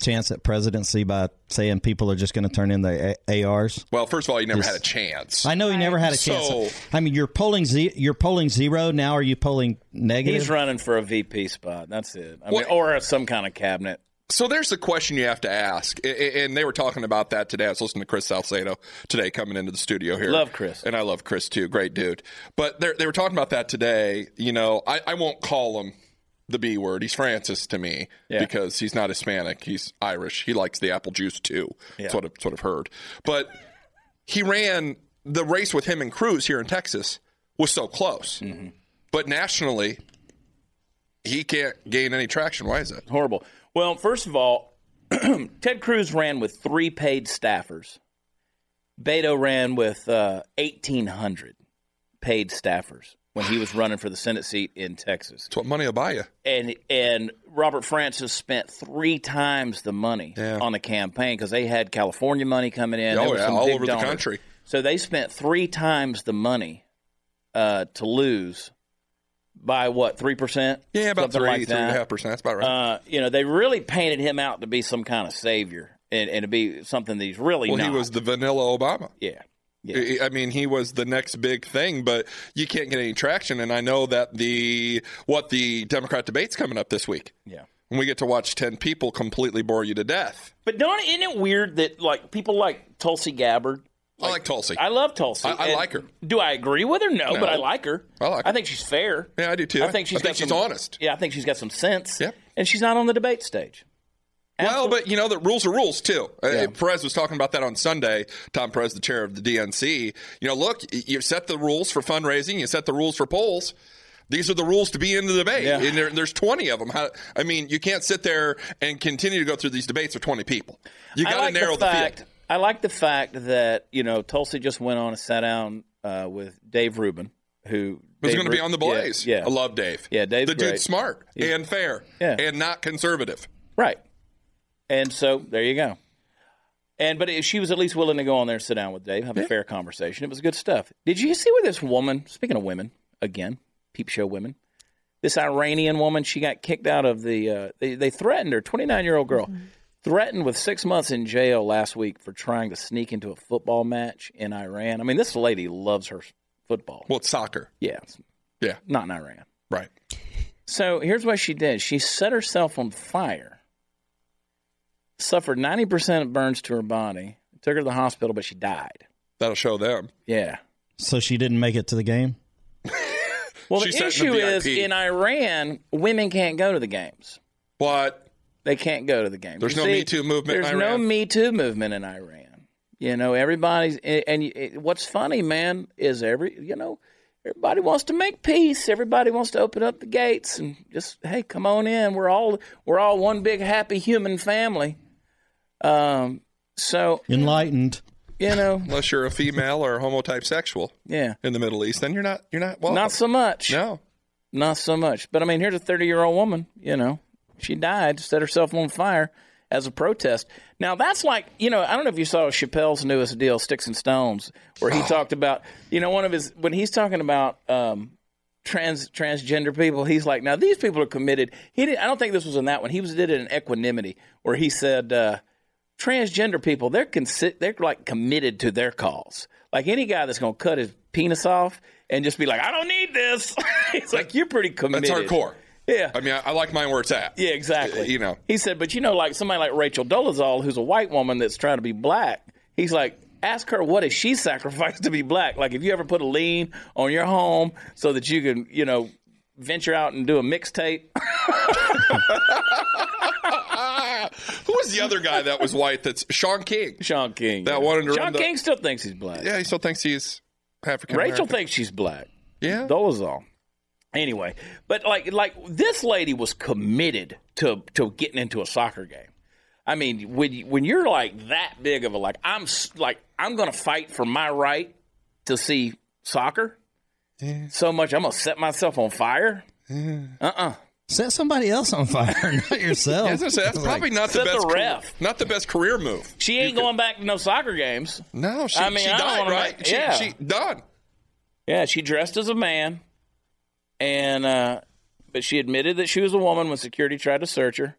Speaker 5: chance at presidency by saying people are just going to turn in their A- ARs?
Speaker 6: Well, first of all, you never had a chance.
Speaker 5: I know he never had a chance.
Speaker 6: So-
Speaker 5: I mean, you're polling ze- you're polling zero now. Are you polling negative?
Speaker 1: He's running for a VP spot. That's it. I mean,
Speaker 6: What-
Speaker 1: or some kind of cabinet.
Speaker 6: So there's the question you have to ask, A- a- and they were talking about that today. I was listening to Chris Salcedo today coming into the studio here.
Speaker 1: Love Chris.
Speaker 6: and I love Chris too, great dude. But they're- they were talking about that today. You know, I, I won't call him the B word. He's Francis to me
Speaker 1: Yeah.
Speaker 6: because he's not Hispanic. He's Irish. He likes the apple juice too. That's what I've, that's what I've heard. But he ran the race with him and Cruz here in Texas was so close,
Speaker 1: Mm-hmm.
Speaker 6: but nationally. He can't gain any traction. Why is that?
Speaker 1: horrible. Well, first of all, Ted Cruz ran with three paid staffers. Beto ran with uh, 1,800 paid staffers when he was running for the Senate seat in Texas.
Speaker 6: That's what money will buy you.
Speaker 1: And and Robert Francis spent three times the money
Speaker 6: Yeah.
Speaker 1: on the campaign because they had California money coming in.
Speaker 6: Oh,
Speaker 1: There were
Speaker 6: yeah,
Speaker 1: some
Speaker 6: all
Speaker 1: big
Speaker 6: over the
Speaker 1: donors.
Speaker 6: country.
Speaker 1: So they spent three times the money uh, to lose by what three percent?
Speaker 6: Yeah, about
Speaker 1: Something
Speaker 6: three,
Speaker 1: like
Speaker 6: three and a
Speaker 1: that.
Speaker 6: half percent. That's about right.
Speaker 1: Uh, you know, they really painted him out to be some kind of savior and, and to be something that he's really
Speaker 6: well,
Speaker 1: not.
Speaker 6: he was the vanilla Obama.
Speaker 1: yeah, yeah.
Speaker 6: I I mean, he was the next big thing, but you can't get any traction. And I know that the what the Democrat debate's coming up this week,
Speaker 1: Yeah.
Speaker 6: and we get to watch ten people completely bore you to death.
Speaker 1: But don't isn't it weird that like people like Tulsi Gabbard?
Speaker 6: I like Tulsi.
Speaker 1: I love Tulsi.
Speaker 6: I- I
Speaker 1: and
Speaker 6: like her.
Speaker 1: Do I agree with her? No,
Speaker 6: No.
Speaker 1: but I like her.
Speaker 6: I like her.
Speaker 1: I think she's fair.
Speaker 6: yeah, I do too.
Speaker 1: I think she's
Speaker 6: I think
Speaker 1: got
Speaker 6: she's
Speaker 1: some-
Speaker 6: honest.
Speaker 1: Yeah, I think she's got some sense.
Speaker 6: Yep.
Speaker 1: And she's not on the debate stage.
Speaker 6: Well, but you know that rules are rules too. Uh, Perez was talking about that on Sunday. Tom Perez, the chair of the DNC. You know, look, y- you set the rules for fundraising. You set the rules for polls. These are the rules to be in the debate,
Speaker 1: Yeah.
Speaker 6: and there, there's 20 of them. How, I mean, you can't sit there and continue to go through these debates with 20 people. You got
Speaker 1: I
Speaker 6: to
Speaker 1: like
Speaker 6: narrow
Speaker 1: the fact.
Speaker 6: field.
Speaker 1: I like the fact that you know Tulsi just went on and sat down uh, with Dave Rubin, who
Speaker 6: Who's
Speaker 1: Dave
Speaker 6: going to be
Speaker 1: Ru-
Speaker 6: on the blaze?
Speaker 1: Yeah, yeah.
Speaker 6: I love Dave.
Speaker 1: Yeah, Dave's
Speaker 6: the dude's
Speaker 1: great.
Speaker 6: smart and fair
Speaker 1: Yeah.
Speaker 6: and not conservative.
Speaker 1: right. And so there you go. And but it, she was at least willing to go on there and sit down with Dave, have a fair conversation. It was good stuff. Did you see where this woman? Speaking of women, again, peep show women. This Iranian woman, she got kicked out of the. Uh, they, they threatened her. Twenty nine year old girl threatened with six months in jail last week for trying to sneak into a football match in Iran. I mean, this lady loves her football.
Speaker 6: Well, it's soccer.
Speaker 1: Yeah, it's
Speaker 6: Yeah,
Speaker 1: not in Iran.
Speaker 6: right.
Speaker 1: So here's what she did she set herself on fire, suffered 90% of burns to her body, took her to the hospital, but she died.
Speaker 6: That'll show them.
Speaker 1: Yeah.
Speaker 5: So she didn't make it to the game.
Speaker 1: Well,
Speaker 6: She
Speaker 1: the
Speaker 6: sat in
Speaker 1: issue
Speaker 6: the
Speaker 1: is
Speaker 6: VIP.
Speaker 1: in Iran, women can't go to the games.
Speaker 6: But
Speaker 1: They can't go to the games.
Speaker 6: There's
Speaker 1: You
Speaker 6: no Me Too movement in
Speaker 1: There's no
Speaker 6: Iran.
Speaker 1: Me Too movement in Iran. You know, everybody's and, and you- it- what's funny, man, is every you know, everybody wants to make peace. Everybody wants to open up the gates and just hey, come on in. We're all we're all one big happy human family. Um, so
Speaker 5: Enlightened.
Speaker 1: you know,
Speaker 6: unless you're a female or a homotype sexual
Speaker 1: yeah,
Speaker 6: in the Middle East, then you're not. You're not. Well,
Speaker 1: not so much.
Speaker 6: No.
Speaker 1: Not so much. But I mean, here's a 30 year old woman, you know, she died, set herself on fire as a protest. Now, that's like, you know, I don't know if you saw Chappelle's newest deal, Sticks and Stones, where he talked about, you know, one of his, when he's talking about, um, Trans transgender people. He's like, now these people are committed. He didn't. I don't think this was in that one. He was did it in equanimity, where he said, uh, transgender people they're consi- they're like committed to their cause like any guy that's going to cut his penis off and just be like i don't need this it's like you're pretty committed
Speaker 6: That's hardcore.
Speaker 1: yeah
Speaker 6: I mean, I, I like mine where it's at.
Speaker 1: yeah exactly
Speaker 6: You know.
Speaker 1: he said but you know like somebody like rachel dolezal who's a white woman that's trying to be black he's like ask her what has she sacrificed to be black like if you ever put a lien on your home so that you can you know venture out and do a mixtape
Speaker 6: Ah, who was the other guy that was white? That's Sean King.
Speaker 1: sean king
Speaker 6: That wanted to
Speaker 1: sean
Speaker 6: run the-
Speaker 1: king still thinks he's black
Speaker 6: Yeah, he still thinks he's African.
Speaker 1: rachel thinks she's black
Speaker 6: Yeah.
Speaker 1: Dolezal. Anyway, but like like this lady was committed to to getting into a soccer game. I mean, when you- when you're like that big of a like I'm s- like I'm going to fight for my right to see soccer. So much I'm going to set myself on fire. Uh-uh.
Speaker 5: Set somebody else on fire, not yourself.
Speaker 6: I was gonna say, that's
Speaker 5: Like,
Speaker 6: probably not
Speaker 1: Set
Speaker 6: the
Speaker 1: the
Speaker 6: best.
Speaker 1: ref.
Speaker 6: Not the best career move.
Speaker 1: She ain't going back to no soccer games.
Speaker 6: No, she,
Speaker 1: I mean,
Speaker 6: she
Speaker 1: I don't
Speaker 6: died,
Speaker 1: wanna
Speaker 6: right?
Speaker 1: make-
Speaker 6: She-
Speaker 1: yeah.
Speaker 6: she done.
Speaker 1: Yeah, she dressed as a man, and uh, but she admitted that she was a woman when security tried to search her,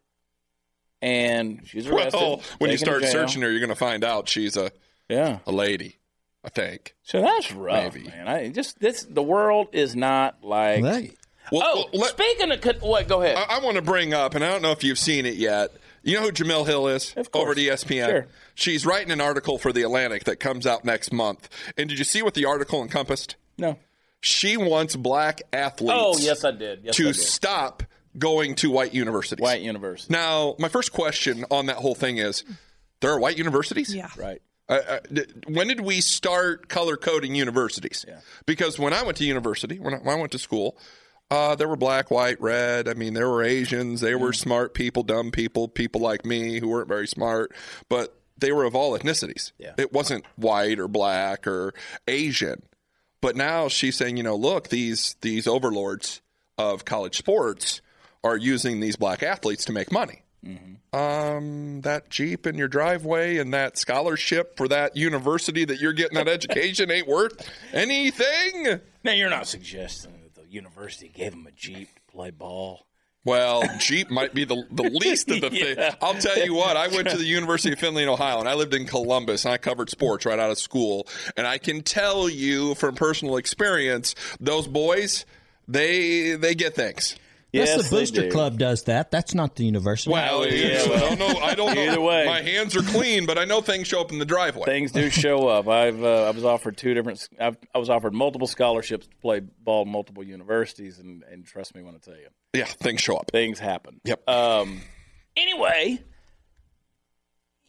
Speaker 1: and she was arrested.
Speaker 6: Well, when
Speaker 1: taken to
Speaker 6: you start
Speaker 1: jail.
Speaker 6: searching her, you're gonna find out she's a,
Speaker 1: yeah.
Speaker 6: a lady. I think.
Speaker 1: So that's rough,
Speaker 6: Maybe.
Speaker 1: man. I just this the world is not like.
Speaker 5: that-
Speaker 6: Well,
Speaker 1: oh,
Speaker 6: well, let-
Speaker 1: speaking of co- what? Go ahead.
Speaker 6: I, I want to bring up, and I don't know if you've seen it yet. You know who Jamil Hill is
Speaker 1: Of course.
Speaker 6: over at E ESPN.
Speaker 1: Sure.
Speaker 6: She's writing an article for the Atlantic that comes out next month. And did you see what the article encompassed?
Speaker 1: no.
Speaker 6: She wants black athletes.
Speaker 1: Oh yes, I did. Yes, I
Speaker 6: to
Speaker 1: did.
Speaker 6: stop going to white universities.
Speaker 1: White University.
Speaker 6: Now, my first question on that whole thing is: There are white universities.
Speaker 4: Yeah.
Speaker 1: Right.
Speaker 6: Uh, uh, d- when did we start color coding universities? Because when I went to university, when I, when I went to school, uh, there were black, white, red. I mean, there were Asians. They were smart people, dumb people, people like me who weren't very smart, but they were of all ethnicities.
Speaker 1: Yeah.
Speaker 6: It wasn't white or black or Asian. But now she's saying, you know, look, these these overlords of college sports are using these black athletes to make money um, that Jeep in your driveway and that scholarship for that university that you're getting that education ain't worth anything.
Speaker 1: Now you're not suggesting that the university gave him a jeep to play ball.
Speaker 6: Well, Jeep might be the, the least of the thing. I'll tell you what, I went to the University of Findlay, Ohio, and I lived in Columbus, and I covered sports right out of school. And I can tell you from personal experience, those boys, they they get things.
Speaker 5: That's the booster club does that. That's not the university.
Speaker 6: Well,
Speaker 1: yeah,
Speaker 6: I don't know. I don't know.
Speaker 1: Either way.
Speaker 6: My hands are clean, but I know things show up in the driveway.
Speaker 1: Things do show up. I've uh, I was offered two different. I've, I was offered multiple scholarships to play ball, at multiple universities, and and trust me when I tell you,
Speaker 6: yeah, things show up.
Speaker 1: things happen.
Speaker 6: Yep.
Speaker 1: Um. Anyway.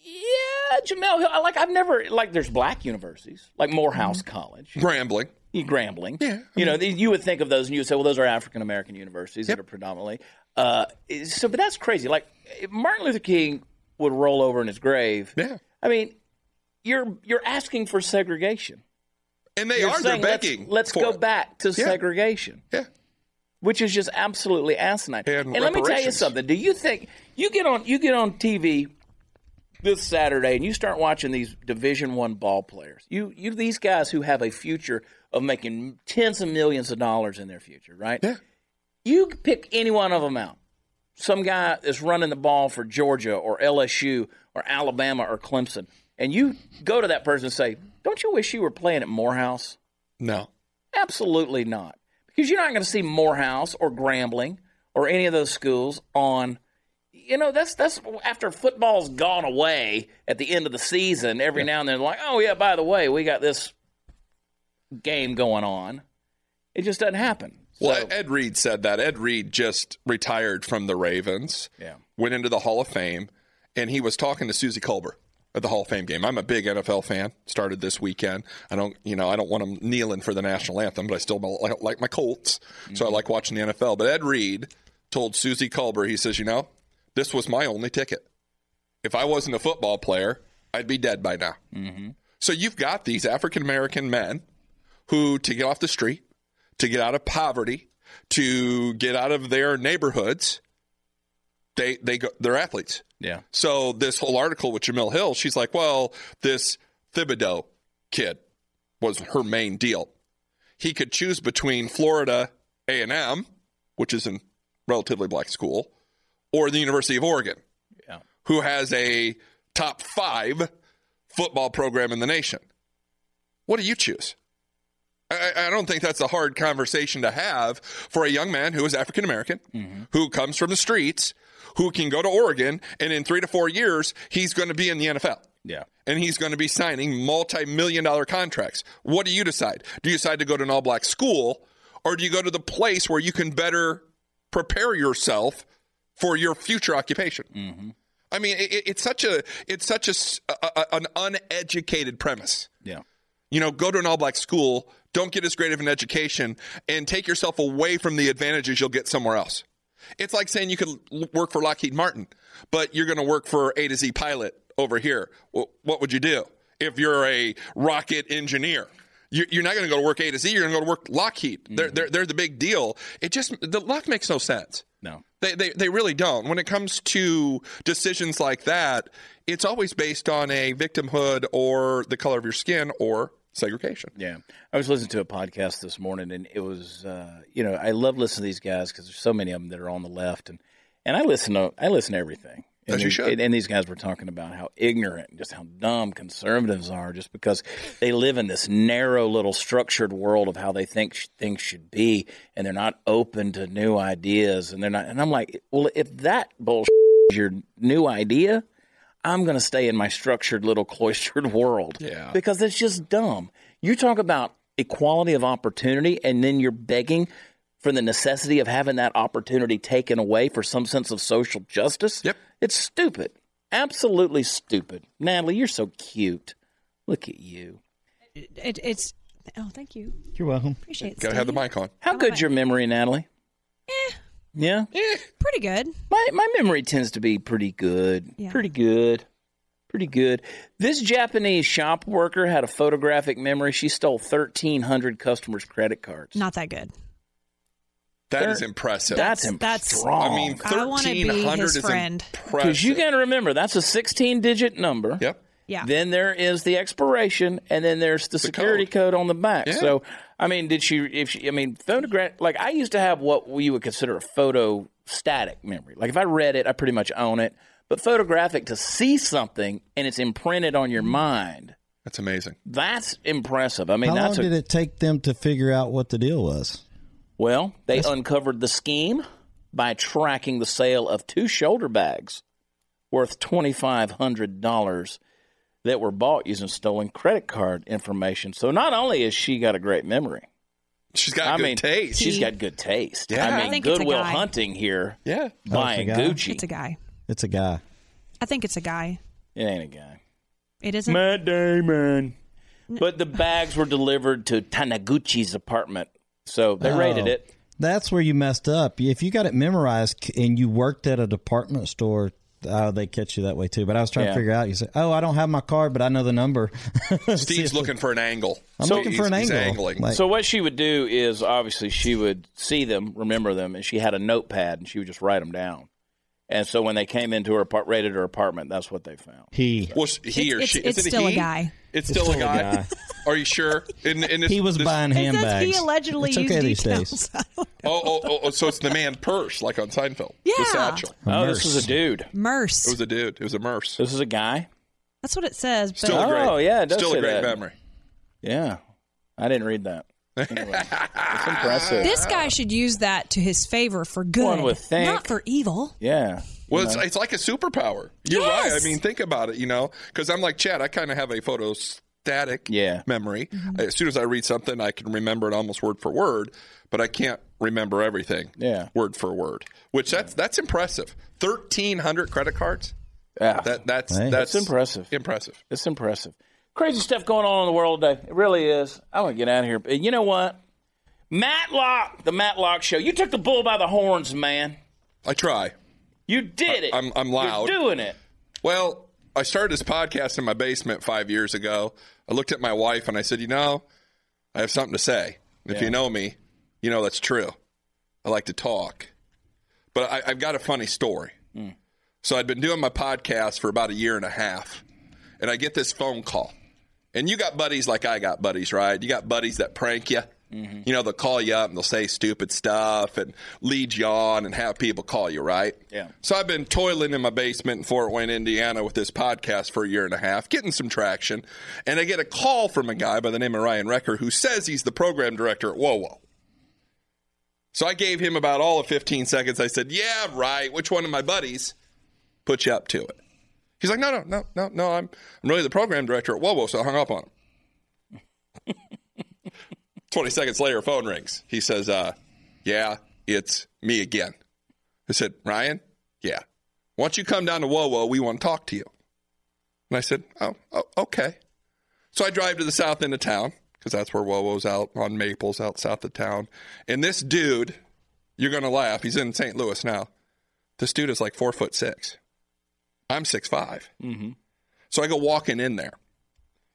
Speaker 1: Yeah, Jamel Hill. I Like I've never like there's black universities like Morehouse College,
Speaker 6: Rambling.
Speaker 1: you Grambling.
Speaker 6: Mm-hmm. Yeah, I
Speaker 1: you know, th- you would think of those, and you would say, well, those are African American universities that are predominantly. Uh, so, but that's crazy. Like Martin Luther King would roll over in his grave.
Speaker 6: Yeah.
Speaker 1: I mean, you're you're asking for segregation.
Speaker 6: And they
Speaker 1: You're
Speaker 6: are. They're
Speaker 1: saying, let's-
Speaker 6: begging.
Speaker 1: Let's,
Speaker 6: for
Speaker 1: go
Speaker 6: it.
Speaker 1: back to segregation,
Speaker 6: Yeah.
Speaker 1: which is just absolutely asinine. let me
Speaker 6: And
Speaker 1: tell you
Speaker 6: reparations.
Speaker 1: something. Do you think you get on you get on TV this Saturday and you start watching these Division One ball players? You you these guys who have a future of making tens of millions of dollars in their future, right?
Speaker 6: Yeah.
Speaker 1: You pick any one of them out. Some guy is running the ball for Georgia or LSU or Alabama or Clemson, and you go to that person and say, "Don't you wish you were playing at Morehouse?"
Speaker 6: No.
Speaker 1: Absolutely not. Because you're not going to see Morehouse or Grambling or any of those schools on. You know, that's that's after football's gone away at the end of the season. Every now and then, like, oh yeah, by the way, we got this game going on. It just doesn't happen.
Speaker 6: Well, eh, Ed Reed said that. Ed Reed just retired from the Ravens.
Speaker 1: Yeah.
Speaker 6: Went into the Hall of Fame, and he was talking to Susie Culber at the Hall of Fame game. I'm a big NFL fan. Started this weekend. I don't, you know, I don't want them kneeling for the national anthem, but I still don't like my Colts, so I like watching the NFL. But Ed Reed told Susie Culber, he says, you know, this was my only ticket. If I wasn't a football player, I'd be dead by now. So you've got these African American men who, to get off the street, to get out of poverty, to get out of their neighborhoods, they they go, they're athletes.
Speaker 1: Yeah.
Speaker 6: So this whole article with Jamil Hill, she's like, well, this Thibodeau kid was her main deal. He could choose between Florida A and M, which is a relatively black school, or the University of Oregon,
Speaker 1: Yeah.
Speaker 6: who has a top five football program in the nation. What do you choose? I, I don't think that's a hard conversation to have for a young man who is African American, who comes from the streets, who can go to Oregon, and in three to four years, he's going to be in the NFL
Speaker 1: Yeah.
Speaker 6: and he's going to be signing multi million dollar contracts. What do you decide? Do you decide to go to an all black school or do you go to the place where you can better prepare yourself for your future occupation? I mean, it, it- it's such a it's such a, s- a- a- an uneducated premise.
Speaker 1: Yeah.
Speaker 6: You know, go to an all black school, don't get as great of an education, and take yourself away from the advantages you'll get somewhere else. It's like saying you could l- work for Lockheed Martin, but you're going to work for A to Z pilot over here. Well, what would you do if you're a rocket engineer? You- You're not going to go to work A to Z. You're going to go to work Lockheed. They're, they're, they're the big deal. It just, the luck makes no sense.
Speaker 1: No.
Speaker 6: They, they, they really don't. When it comes to decisions like that, it's always based on a victimhood or the color of your skin or segregation.
Speaker 1: Yeah, I was listening to a podcast this morning, and it was, uh, you know, I love listening to these guys because there's so many of them that are on the left, and and I listen to I listen to everything. And
Speaker 6: As you
Speaker 1: these-
Speaker 6: should.
Speaker 1: And, and these guys were talking about how ignorant, and just how dumb conservatives are, just because they live in this narrow little structured world of how they think sh- things should be, and they're not open to new ideas, and they're not. And I'm like, well, if that bullshit is your new idea, I'm going to stay in my structured little cloistered world.
Speaker 6: Yeah.
Speaker 1: Because it's just dumb. You talk about equality of opportunity and then you're begging for the necessity of having that opportunity taken away for some sense of social justice.
Speaker 6: Yep.
Speaker 1: It's stupid. Absolutely stupid. Natalie, you're so cute. Look at you.
Speaker 4: It, it's oh, thank you,
Speaker 5: You're welcome.
Speaker 4: appreciate it.
Speaker 6: Got to have the mic
Speaker 4: Oh,
Speaker 6: on.
Speaker 1: How good's your memory, Natalie? Yeah. Yeah.
Speaker 6: Eh,
Speaker 4: Pretty good.
Speaker 1: My my memory tends to be pretty good.
Speaker 4: Yeah.
Speaker 1: Pretty good. Pretty good. This Japanese shop worker had a photographic memory. She stole 1300 customers' credit cards.
Speaker 4: Not that good.
Speaker 6: That
Speaker 1: They're-
Speaker 6: is impressive.
Speaker 1: that's im-
Speaker 4: That's-
Speaker 1: strong.
Speaker 6: I mean,
Speaker 4: I wanna be his
Speaker 6: 1300 is
Speaker 4: friend.
Speaker 1: cuz
Speaker 6: impressive.
Speaker 1: you got to remember that's a 16 digit number.
Speaker 6: Yep.
Speaker 4: Yeah.
Speaker 1: Then there is the expiration and then there's the, security code. on the back.
Speaker 6: Yeah.
Speaker 1: So I mean, did she? If she, I mean, photograph. Like I used to have what we would consider a photo static memory. Like if I read it, I pretty much own it. But photographic to see something and it's imprinted on your mind.
Speaker 6: That's amazing.
Speaker 1: That's impressive. I mean,
Speaker 5: How long
Speaker 1: that's a,
Speaker 5: did it take them to figure out what the deal was?
Speaker 1: well, they uncovered the scheme by tracking the sale of two shoulder bags worth $2,500 that were bought using stolen credit card information. So not only has she got a great memory,
Speaker 6: She's got
Speaker 1: I
Speaker 6: good
Speaker 1: mean,
Speaker 6: taste.
Speaker 1: she's got good taste.
Speaker 6: Yeah.
Speaker 1: I
Speaker 6: I
Speaker 1: mean,
Speaker 4: think it's a
Speaker 1: Goodwill
Speaker 4: guy.
Speaker 1: Hunting here
Speaker 6: yeah.
Speaker 1: buying
Speaker 5: guy?
Speaker 1: Gucci.
Speaker 4: It's a guy.
Speaker 5: It's a guy.
Speaker 4: I think it's a guy.
Speaker 1: It ain't a guy.
Speaker 4: It isn't.
Speaker 1: Matt Damon. But the bags were delivered to Taniguchi's apartment. So they raided
Speaker 5: Oh.
Speaker 1: it.
Speaker 5: That's where you messed up. If you got it memorized c- and you worked at a department store, uh, they catch you that way too. But I was trying
Speaker 1: Yeah.
Speaker 5: to figure out. You say, "Oh, I don't have my card, but I know the number."
Speaker 6: Steve's looking for an angle.
Speaker 5: I'm
Speaker 6: So
Speaker 5: looking for an
Speaker 6: he's- he's
Speaker 5: angle.
Speaker 6: angling.
Speaker 5: Like-
Speaker 1: So what she would do is obviously she would see them, remember them, and she had a notepad and she would just write them down. And so when they came into her apart, raided her apartment, that's what they found.
Speaker 5: He
Speaker 6: Was he
Speaker 4: It's-
Speaker 6: or
Speaker 4: it's-
Speaker 6: she?
Speaker 4: it's
Speaker 6: is it
Speaker 4: still a
Speaker 6: he?
Speaker 4: guy.
Speaker 6: It's still, a guy.
Speaker 3: guy.
Speaker 6: Are you sure? And, and this,
Speaker 5: he was
Speaker 6: this-
Speaker 5: buying
Speaker 4: It says
Speaker 5: handbags.
Speaker 4: he allegedly
Speaker 5: it's
Speaker 4: used
Speaker 5: okay these
Speaker 4: details.
Speaker 5: days.
Speaker 6: Oh, oh, oh, oh, so it's the man purse, like on Seinfeld. The
Speaker 4: Yeah.
Speaker 6: satchel.
Speaker 5: A
Speaker 1: Oh, this
Speaker 5: merce.
Speaker 1: is a dude.
Speaker 4: Merce.
Speaker 6: It was a dude. It was a merce.
Speaker 1: This is a guy.
Speaker 4: That's what it says. But
Speaker 6: Still a great.
Speaker 1: Oh, yeah, it does
Speaker 6: Still
Speaker 1: say
Speaker 6: a great
Speaker 1: that.
Speaker 6: memory.
Speaker 1: Yeah, I didn't read that. Anyway, it's impressive.
Speaker 4: this guy should use that to his favor for good,
Speaker 1: One would think.
Speaker 4: not for evil.
Speaker 1: yeah.
Speaker 6: Well, it's, it's like a superpower. You're right.
Speaker 4: Yes.
Speaker 6: I mean, think about it, you know, because I'm like Chad, I kind of have a photostatic
Speaker 1: Yeah.
Speaker 6: memory.
Speaker 4: Mm-hmm.
Speaker 6: As soon as I read something, I can remember it almost word for word, but I can't remember everything
Speaker 1: Yeah.
Speaker 6: word for word, which that's that's impressive. 1,300 credit cards?
Speaker 1: Yeah.
Speaker 6: That, that's,
Speaker 5: Hey.
Speaker 6: that's
Speaker 1: That's impressive.
Speaker 6: Impressive.
Speaker 1: It's impressive. Crazy stuff going on in the world today. It really is. I'm gonna get out of here. But you know what? Matlock, the Matlock Show. You took the bull by the horns, man.
Speaker 6: I try.
Speaker 1: You did it.
Speaker 6: I'm- I'm loud.
Speaker 1: You're doing it.
Speaker 6: Well, I started this podcast in my basement five years ago. I looked at my wife and I said, You know, I have something to say. If you know me, you know that's true. I like to talk. But I, I've got a funny story. So I'd been doing my podcast for about a year and a half, and I get this phone call. And you got buddies like I got buddies, right? You got buddies that prank you. You know, they'll call you up and they'll say stupid stuff and lead you on and have people call you, right?
Speaker 1: Yeah.
Speaker 6: So I've been toiling in my basement in Fort Wayne, Indiana with this podcast for a year and a half, getting some traction. And I get a call from a guy by the name of Ryan Recker who says he's the program director at WoWo. So I gave him about all of 15 seconds. I said, Yeah, right. Which one of my buddies put you up to it? He's like, No, no, no, no, no. I'm, I'm really the program director at WoWo. So I hung up on him. 20 seconds later, phone rings. He says, uh, Yeah, it's me again. I said, Ryan, yeah. Why don't you come down to WoWo? We want to talk to you. And I said, Oh, oh okay. So I drive to the south end of town because that's where WoWo's out on Maples, out south of town. And this dude, you're going to laugh. He's in St. Louis now. This dude is like four foot six. I'm six So I go walking in there,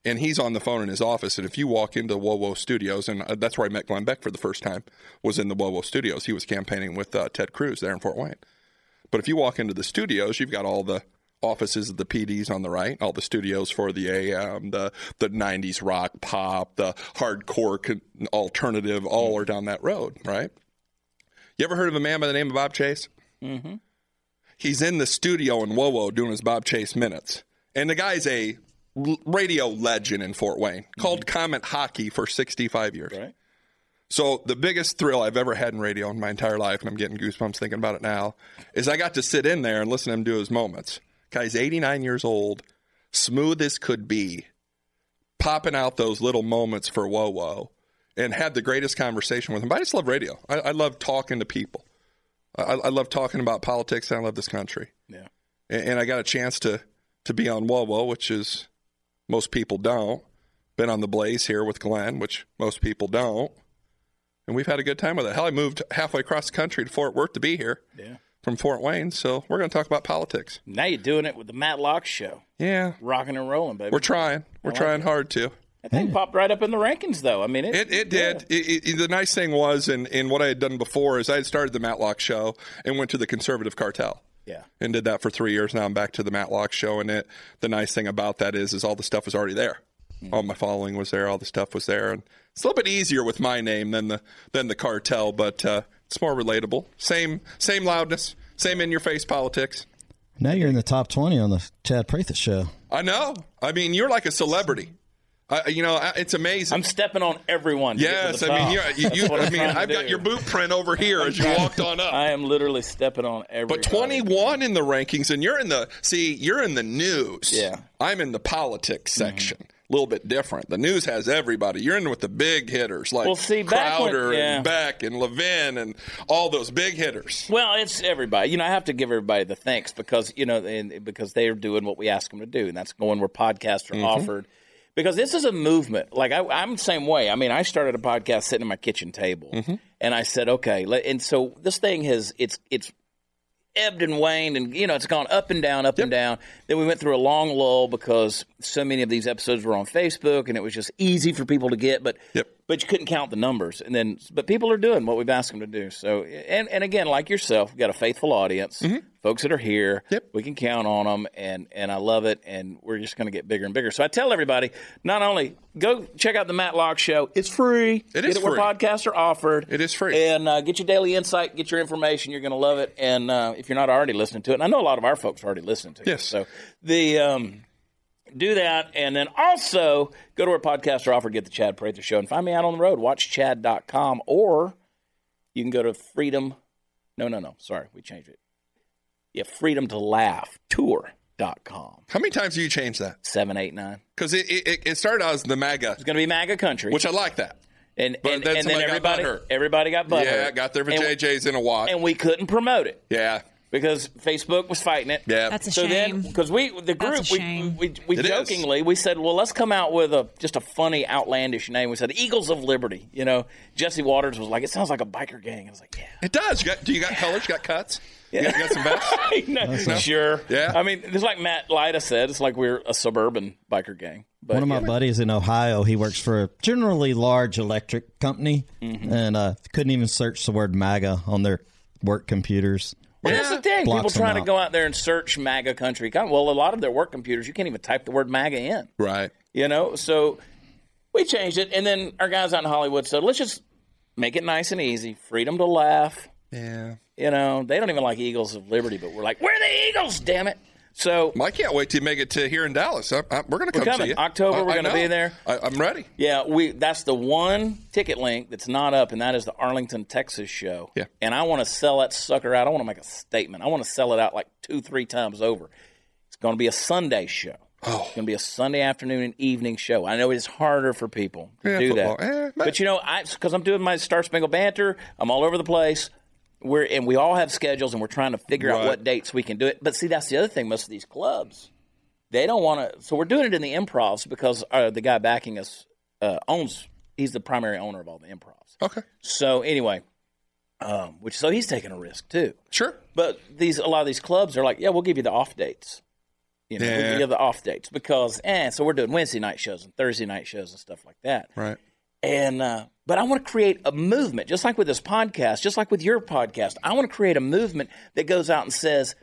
Speaker 6: and he's on the phone in his office. And if you walk into WoWo Studios, and uh, that's where I met Glenn Beck for the first time, was in the WoWo Studios. He was campaigning with uh, Ted Cruz there in Fort Wayne. But if you walk into the studios, you've got all the offices of the PDs on the right, all the studios for the AM, the the 90s rock, pop, the hardcore con- alternative, all are down that road, right? You ever heard of a man by the name of Bob Chase? He's in the studio in WoWo doing his Bob Chase minutes. And the guy's a l- radio legend in Fort Wayne, called Comet Hockey for 65 years.
Speaker 1: Right.
Speaker 6: So the biggest thrill I've ever had in radio in my entire life, and I'm getting goosebumps thinking about it now, is I got to sit in there and listen to him do his moments. Guy's 89 years old, smooth as could be, popping out those little moments for Whoa Whoa, and had the greatest conversation with him. But I just love radio. I, I love talking to people. I, I love talking about politics, and I love this country.
Speaker 1: Yeah.
Speaker 6: And, and I got a chance to to be on Whoa Whoa, which is most people don't. Been on the Blaze here with Glenn, which most people don't and we've had a good time with it. Hell, I moved halfway across the country to Fort Worth to be here
Speaker 1: Yeah.
Speaker 6: from Fort Wayne, so we're going to talk about politics.
Speaker 1: Now you're doing it with the Matlock Show.
Speaker 6: Yeah,
Speaker 1: Rocking and rolling, baby.
Speaker 6: we're trying. We're trying hard to.
Speaker 1: that thing popped right up in the rankings, though. I mean, it,
Speaker 6: It, it
Speaker 1: yeah.
Speaker 6: did. It, it, the nice thing was, and, and what I had done before is I had started the Matlock Show and went to the Conservative Cartel.
Speaker 1: Yeah.
Speaker 6: and did that for three years. Now I'm back to the Matlock show, and it. The nice thing about that is, is all the stuff is already there. all my following was there, all the stuff was there, and it's a little bit easier with my name than the than the cartel, but uh, it's more relatable. Same same loudness, same in your face politics.
Speaker 5: Now you're in the top 20 on the Chad Prather show.
Speaker 6: I know. I mean, you're like a celebrity. Uh, you know, I- it's amazing.
Speaker 1: I'm stepping on everyone. to get to
Speaker 6: yes,
Speaker 1: the
Speaker 6: I mean,
Speaker 1: top.
Speaker 6: you're, you, you,
Speaker 1: That's what
Speaker 6: I
Speaker 1: I'm
Speaker 6: mean,
Speaker 1: trying to
Speaker 6: I've got
Speaker 1: do.
Speaker 6: your boot print over here as you walked on up.
Speaker 1: I am literally stepping on everyone.
Speaker 6: But 21 in the rankings, and you're in the see, you're in the news.
Speaker 1: Yeah. Mm-hmm.
Speaker 6: I'm in the politics section. A little bit different. The news has everybody. You're in with the big hitters like
Speaker 1: Well, see, back when-
Speaker 6: Crowder
Speaker 1: yeah.
Speaker 6: and Beck and Levin and all those big hitters.
Speaker 1: Well, it's everybody. You know, I have to give everybody the thanks because you know, and because they're doing what we ask them to do, and that's going where podcasts
Speaker 6: Mm-hmm.
Speaker 1: are offered. Because this is a movement. Like I, I'm the same way. I mean, I started a podcast sitting at my kitchen table,
Speaker 6: Mm-hmm.
Speaker 1: and I said, okay. let- And so this thing has it's it's ebbed and waned, and you know, it's gone up and down, up and down. Then we went through a long lull because so many of these episodes were on Facebook, and it was just easy for people to get. But
Speaker 6: Yep.
Speaker 1: but you couldn't count the numbers, and then but people are doing what we've asked them to do. So and and again, like yourself, we've got a faithful audience, folks that are here.
Speaker 6: Mm-hmm. Yep.
Speaker 1: We can count on them, and and I love it, and we're just going to get bigger and bigger. So I tell everybody, not only go check out the Matlock Show, it's free.
Speaker 6: It
Speaker 1: get
Speaker 6: is
Speaker 1: it where
Speaker 6: free.
Speaker 1: podcasts are offered.
Speaker 6: It is free.
Speaker 1: And uh, get your daily insight, get your information. You're going to love it. And uh, if you're not already listening to it, and I know a lot of our folks are already listening to it.
Speaker 6: Yes.
Speaker 1: So the um, do that. And then also go to our podcast or offer, get the Chad Prather Show, and find me out on the road. Watchchad.com. Or you can go to freedom. No, no, no. Sorry. We changed it. Yeah, freedom to laugh tour.com.
Speaker 6: How many times do you change that?
Speaker 1: 789.
Speaker 6: Because it, it, it started out as the MAGA,
Speaker 1: It's going to be MAGA country.
Speaker 6: which I like that.
Speaker 1: and,
Speaker 6: but
Speaker 1: and,
Speaker 6: then
Speaker 1: and then
Speaker 6: somebody got
Speaker 1: everybody
Speaker 6: butthurt.
Speaker 1: everybody got butthurt.
Speaker 6: yeah, I got there for
Speaker 1: and,
Speaker 6: JJ's in a walk.
Speaker 1: And we couldn't promote it.
Speaker 6: yeah,
Speaker 1: because Facebook was fighting it.
Speaker 6: yeah.
Speaker 4: That's a
Speaker 1: So then,
Speaker 4: shame.
Speaker 1: because we the group
Speaker 4: That's a
Speaker 1: we,
Speaker 4: shame.
Speaker 1: we, we
Speaker 6: It is.
Speaker 1: jokingly we said, well, let's come out with a just a funny outlandish name. We said Eagles of Liberty. You know, Jesse Waters was like, it sounds like a biker gang. I was like, yeah,
Speaker 6: it does. You got, do you got colors? You got cuts? You, got, you got some vests?
Speaker 1: No, sure.
Speaker 6: Yeah.
Speaker 1: I mean, it's like Matt Lida said, it's like we're a suburban biker gang. But
Speaker 5: One of my buddies in Ohio, he works for a generally large electric company
Speaker 1: Mm-hmm.
Speaker 5: and uh, couldn't even search the word MAGA on their work computers.
Speaker 1: Well, that's the thing.
Speaker 5: Blocks
Speaker 1: People
Speaker 5: them
Speaker 1: trying to
Speaker 5: out.
Speaker 1: go out there and search MAGA country. Come- Well, a lot of their work computers, you can't even type the word MAGA in.
Speaker 6: Right.
Speaker 1: You know, so we changed it, and then our guys out in Hollywood said, "Let's just make it nice and easy. Freedom to laugh."
Speaker 6: Yeah.
Speaker 1: You know, they don't even like Eagles of Liberty, but we're like, "We're the Eagles, damn it!" So
Speaker 6: Well, I can't wait to make it to here in Dallas. I, I, we're going to come
Speaker 1: coming.
Speaker 6: see you.
Speaker 1: October,
Speaker 6: I-
Speaker 1: we're
Speaker 6: I
Speaker 1: gonna be
Speaker 6: know.
Speaker 1: there.
Speaker 6: I, I'm ready.
Speaker 1: yeah, we that's the one ticket link that's not up, and that is the Arlington, Texas show.
Speaker 6: Yeah.
Speaker 1: and I want to sell that sucker out. I want to make a statement. I want to sell it out like two, three times over. It's going to be a Sunday show. Oh. It's going to be a Sunday afternoon and evening show. I know it's harder for people to
Speaker 6: Yeah,
Speaker 1: do
Speaker 6: football.
Speaker 1: that,
Speaker 6: Eh,
Speaker 1: but you know, I because I'm doing my Star Spangled Banter. I'm all over the place. We're and we all have schedules, and we're trying to figure out
Speaker 6: Right.
Speaker 1: what dates we can do it. But see, that's the other thing. Most of these clubs, they don't want to. So we're doing it in the improvs because uh, the guy backing us uh, owns. He's the primary owner of all the improvs.
Speaker 6: Okay.
Speaker 1: So anyway, um, which so he's taking a risk too.
Speaker 6: Sure.
Speaker 1: But these a lot of these clubs are like, yeah, we'll give you the off dates. You know, we'll
Speaker 6: Yeah.
Speaker 1: give you the off dates because, eh, so we're doing Wednesday night shows and Thursday night shows and stuff like that.
Speaker 6: Right.
Speaker 1: And uh, but I want to create a movement, just like with this podcast, just like with your podcast. I want to create a movement that goes out and says,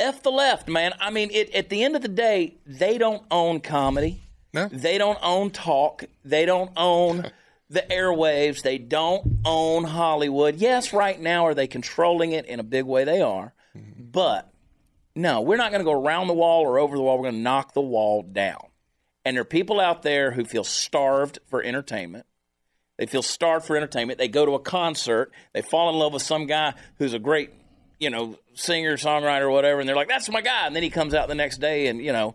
Speaker 1: "F the left, man." I mean, it, at the end of the day, they don't own comedy.
Speaker 6: No.
Speaker 1: They don't own talk. They don't own the airwaves. They don't own Hollywood. Yes, right now are they controlling it in a big way? They are. But no, we're not going to go around the wall or over the wall. We're going to knock the wall down. And there are people out there who feel starved for entertainment. They feel starved for entertainment. They go to a concert. They fall in love with some guy who's a great, you know, singer, songwriter, whatever. And they're like, that's my guy. And then he comes out the next day and, you know,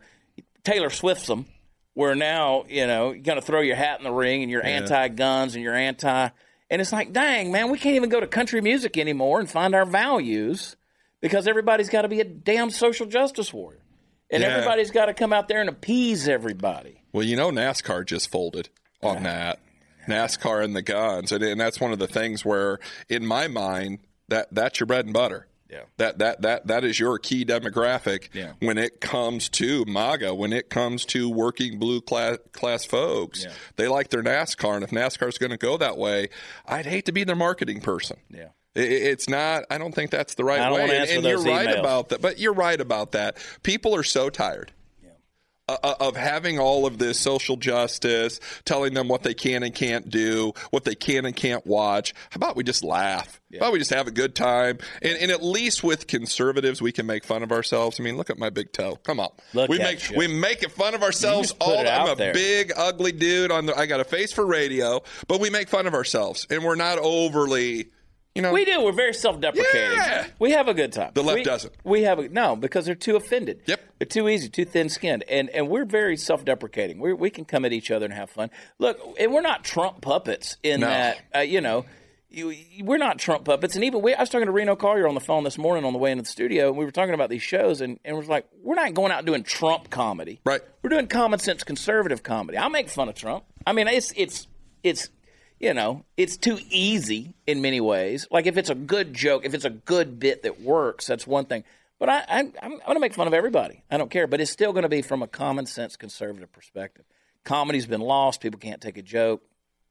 Speaker 1: Taylor Swift's them. Where now, you know, you're going to throw your hat in the ring and you're anti guns and you're anti. And it's like, dang, man, we can't even go to country music anymore and find our values because everybody's got to be a damn social justice warrior. And
Speaker 6: Yeah.
Speaker 1: everybody's got to come out there and appease everybody.
Speaker 6: Well, you know, NASCAR just folded on that. NASCAR and the guns, and, and that's one of the things where, in my mind, that that's your bread and butter. Yeah. That that that that is your key demographic
Speaker 1: Yeah.
Speaker 6: when it comes to MAGA, when it comes to working blue class class folks. They like their NASCAR, and if NASCAR's going to go that way, I'd hate to be their marketing person.
Speaker 1: Yeah.
Speaker 6: I- I- It's not. I don't think that's the right
Speaker 1: I don't
Speaker 6: way.
Speaker 1: wanna
Speaker 6: And,
Speaker 1: answer
Speaker 6: and
Speaker 1: those
Speaker 6: you're right
Speaker 1: emails.
Speaker 6: about that. But you're right about that. People are so tired. uh, of having all of this social justice, telling them what they can and can't do, what they can and can't watch. How about we just laugh? How about we just have a good time? And, and at least with conservatives, we can make fun of ourselves. I mean, look at my big toe. Come on,
Speaker 1: Look
Speaker 6: we
Speaker 1: at
Speaker 6: make
Speaker 1: you.
Speaker 6: we make fun of ourselves
Speaker 1: just put
Speaker 6: all.
Speaker 1: it
Speaker 6: the- I'm
Speaker 1: out
Speaker 6: a
Speaker 1: there.
Speaker 6: big ugly dude on the. I got a face for radio, but we make fun of ourselves, and we're not overly. You know,
Speaker 1: We do. We're very self-deprecating.
Speaker 6: Yeah.
Speaker 1: We have a good time.
Speaker 6: The left
Speaker 1: we,
Speaker 6: doesn't.
Speaker 1: We have a no because they're too offended.
Speaker 6: Yep.
Speaker 1: They're too easy, too thin-skinned, and and we're very self-deprecating. We we can come at each other and have fun. Look, and we're not Trump puppets in
Speaker 6: No.
Speaker 1: that uh, you know. You, you- we're not Trump puppets, and even we, I was talking to Reno Collier on the phone this morning on the way into the studio, and we were talking about these shows, and and was like, we're not going out doing Trump comedy,
Speaker 6: Right.
Speaker 1: We're doing common sense conservative comedy. I make fun of Trump. I mean, it's it's it's you know, it's too easy in many ways. Like if it's a good joke, if it's a good bit that works, that's one thing. But I, I, I'm, I'm going to make fun of everybody. I don't care. But it's still going to be from a common sense conservative perspective. Comedy's been lost. People can't take a joke.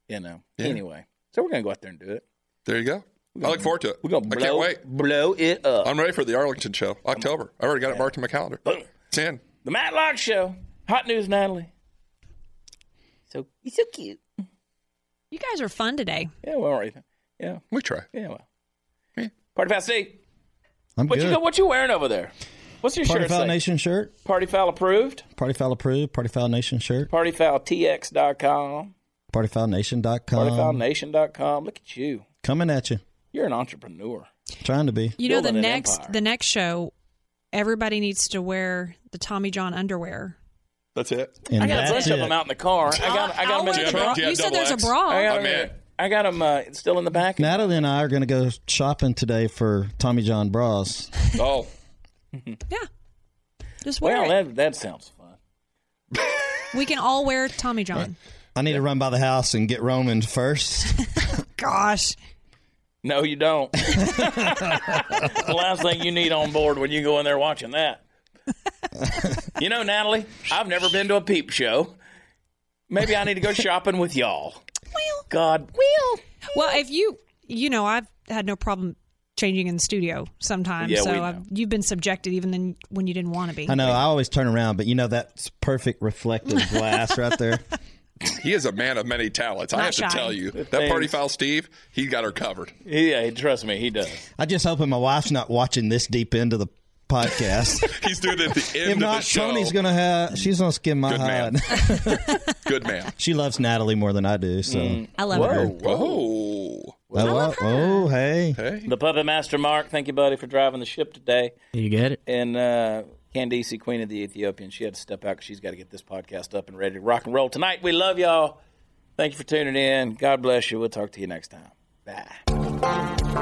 Speaker 1: You know. Anyway, so we're going to go out there and do it.
Speaker 6: there you go. I look forward to it.
Speaker 1: We're going to
Speaker 6: I can't
Speaker 1: blow,
Speaker 6: wait.
Speaker 1: blow it up.
Speaker 6: I'm ready for the Arlington show, October. I already got it marked in my calendar.
Speaker 1: Boom.
Speaker 6: It's in.
Speaker 1: The Matlock Show. Hot news, Natalie. So he's so cute.
Speaker 4: You guys are fun today.
Speaker 1: Yeah, well, all right. Yeah,
Speaker 6: We try.
Speaker 1: yeah, well.
Speaker 6: Yeah.
Speaker 1: Party Fast C.
Speaker 5: I'm
Speaker 1: What
Speaker 5: good.
Speaker 1: you got- what you wearing over there? What's your
Speaker 5: Party
Speaker 1: shirt
Speaker 5: Foul
Speaker 1: say?
Speaker 5: Nation shirt.
Speaker 1: Party Foul approved.
Speaker 5: Party Foul approved. Party Foul Nation shirt.
Speaker 1: PartyFoulTX.com.
Speaker 5: PartyFoulNation.com.
Speaker 1: PartyFoulNation.com. Look at you.
Speaker 5: Coming at you.
Speaker 1: You're an entrepreneur.
Speaker 5: Trying to be.
Speaker 4: You know the
Speaker 1: Building an
Speaker 4: next
Speaker 1: empire.
Speaker 4: the next show, everybody needs to wear the Tommy John underwear.
Speaker 6: That's it.
Speaker 5: And
Speaker 1: I got a
Speaker 5: that's
Speaker 1: bunch of
Speaker 5: it.
Speaker 1: them out in the car. I got I got them in
Speaker 6: wear
Speaker 1: the
Speaker 6: the
Speaker 1: trunk.
Speaker 6: bra.
Speaker 4: You said
Speaker 6: double
Speaker 4: there's a
Speaker 6: X.
Speaker 1: I
Speaker 4: bra.
Speaker 1: got
Speaker 6: I'm
Speaker 1: 'em in-
Speaker 6: in.
Speaker 1: I got 'em, uh, still in the back.
Speaker 5: Natalie and I are going to go shopping today for Tommy John bras.
Speaker 6: Oh,
Speaker 4: Yeah, just wear
Speaker 1: well,
Speaker 4: it.
Speaker 1: that that sounds fun.
Speaker 4: We can all wear Tommy John.
Speaker 5: I need to run by the house and get Roman first.
Speaker 4: Gosh,
Speaker 1: No, you don't. the last thing you need on board when you go in there watching that. you know, Natalie, I've never been to a peep show. Maybe I need to go shopping with y'all. Well, God, well,
Speaker 4: Well, if you, you know, I've had no problem changing in the studio sometimes.
Speaker 1: Yeah,
Speaker 4: so
Speaker 1: we
Speaker 4: I've,
Speaker 1: know.
Speaker 4: you've been subjected even then when you didn't want to be.
Speaker 5: I know I always turn around, but you know that's perfect reflective glass right there.
Speaker 6: he is a man of many talents. I
Speaker 4: Not
Speaker 6: have
Speaker 4: shy.
Speaker 6: to tell you, that
Speaker 1: Thanks.
Speaker 6: party foul Steve, he got her covered.
Speaker 1: yeah, trust me, he does.
Speaker 5: I just hoping my wife's not watching this deep into the podcast.
Speaker 6: He's doing it at the end
Speaker 5: if
Speaker 6: of the
Speaker 5: not,
Speaker 6: show.
Speaker 5: Tony's gonna have. She's gonna skin my
Speaker 6: Good man.
Speaker 5: hide.
Speaker 6: Good man.
Speaker 5: she loves Natalie more than I do. So,
Speaker 1: Mm.
Speaker 4: I love her.
Speaker 6: Whoa.
Speaker 5: oh, oh, hey,
Speaker 6: Hey.
Speaker 1: The puppet master Mark, thank you, buddy, for driving the ship today.
Speaker 3: You get it?
Speaker 1: And uh, Candice, Queen of the Ethiopian, she had to step out because she's got to get this podcast up and ready to rock and roll tonight. We love y'all. Thank you for tuning in. God bless you. We'll talk to you next time. Bye.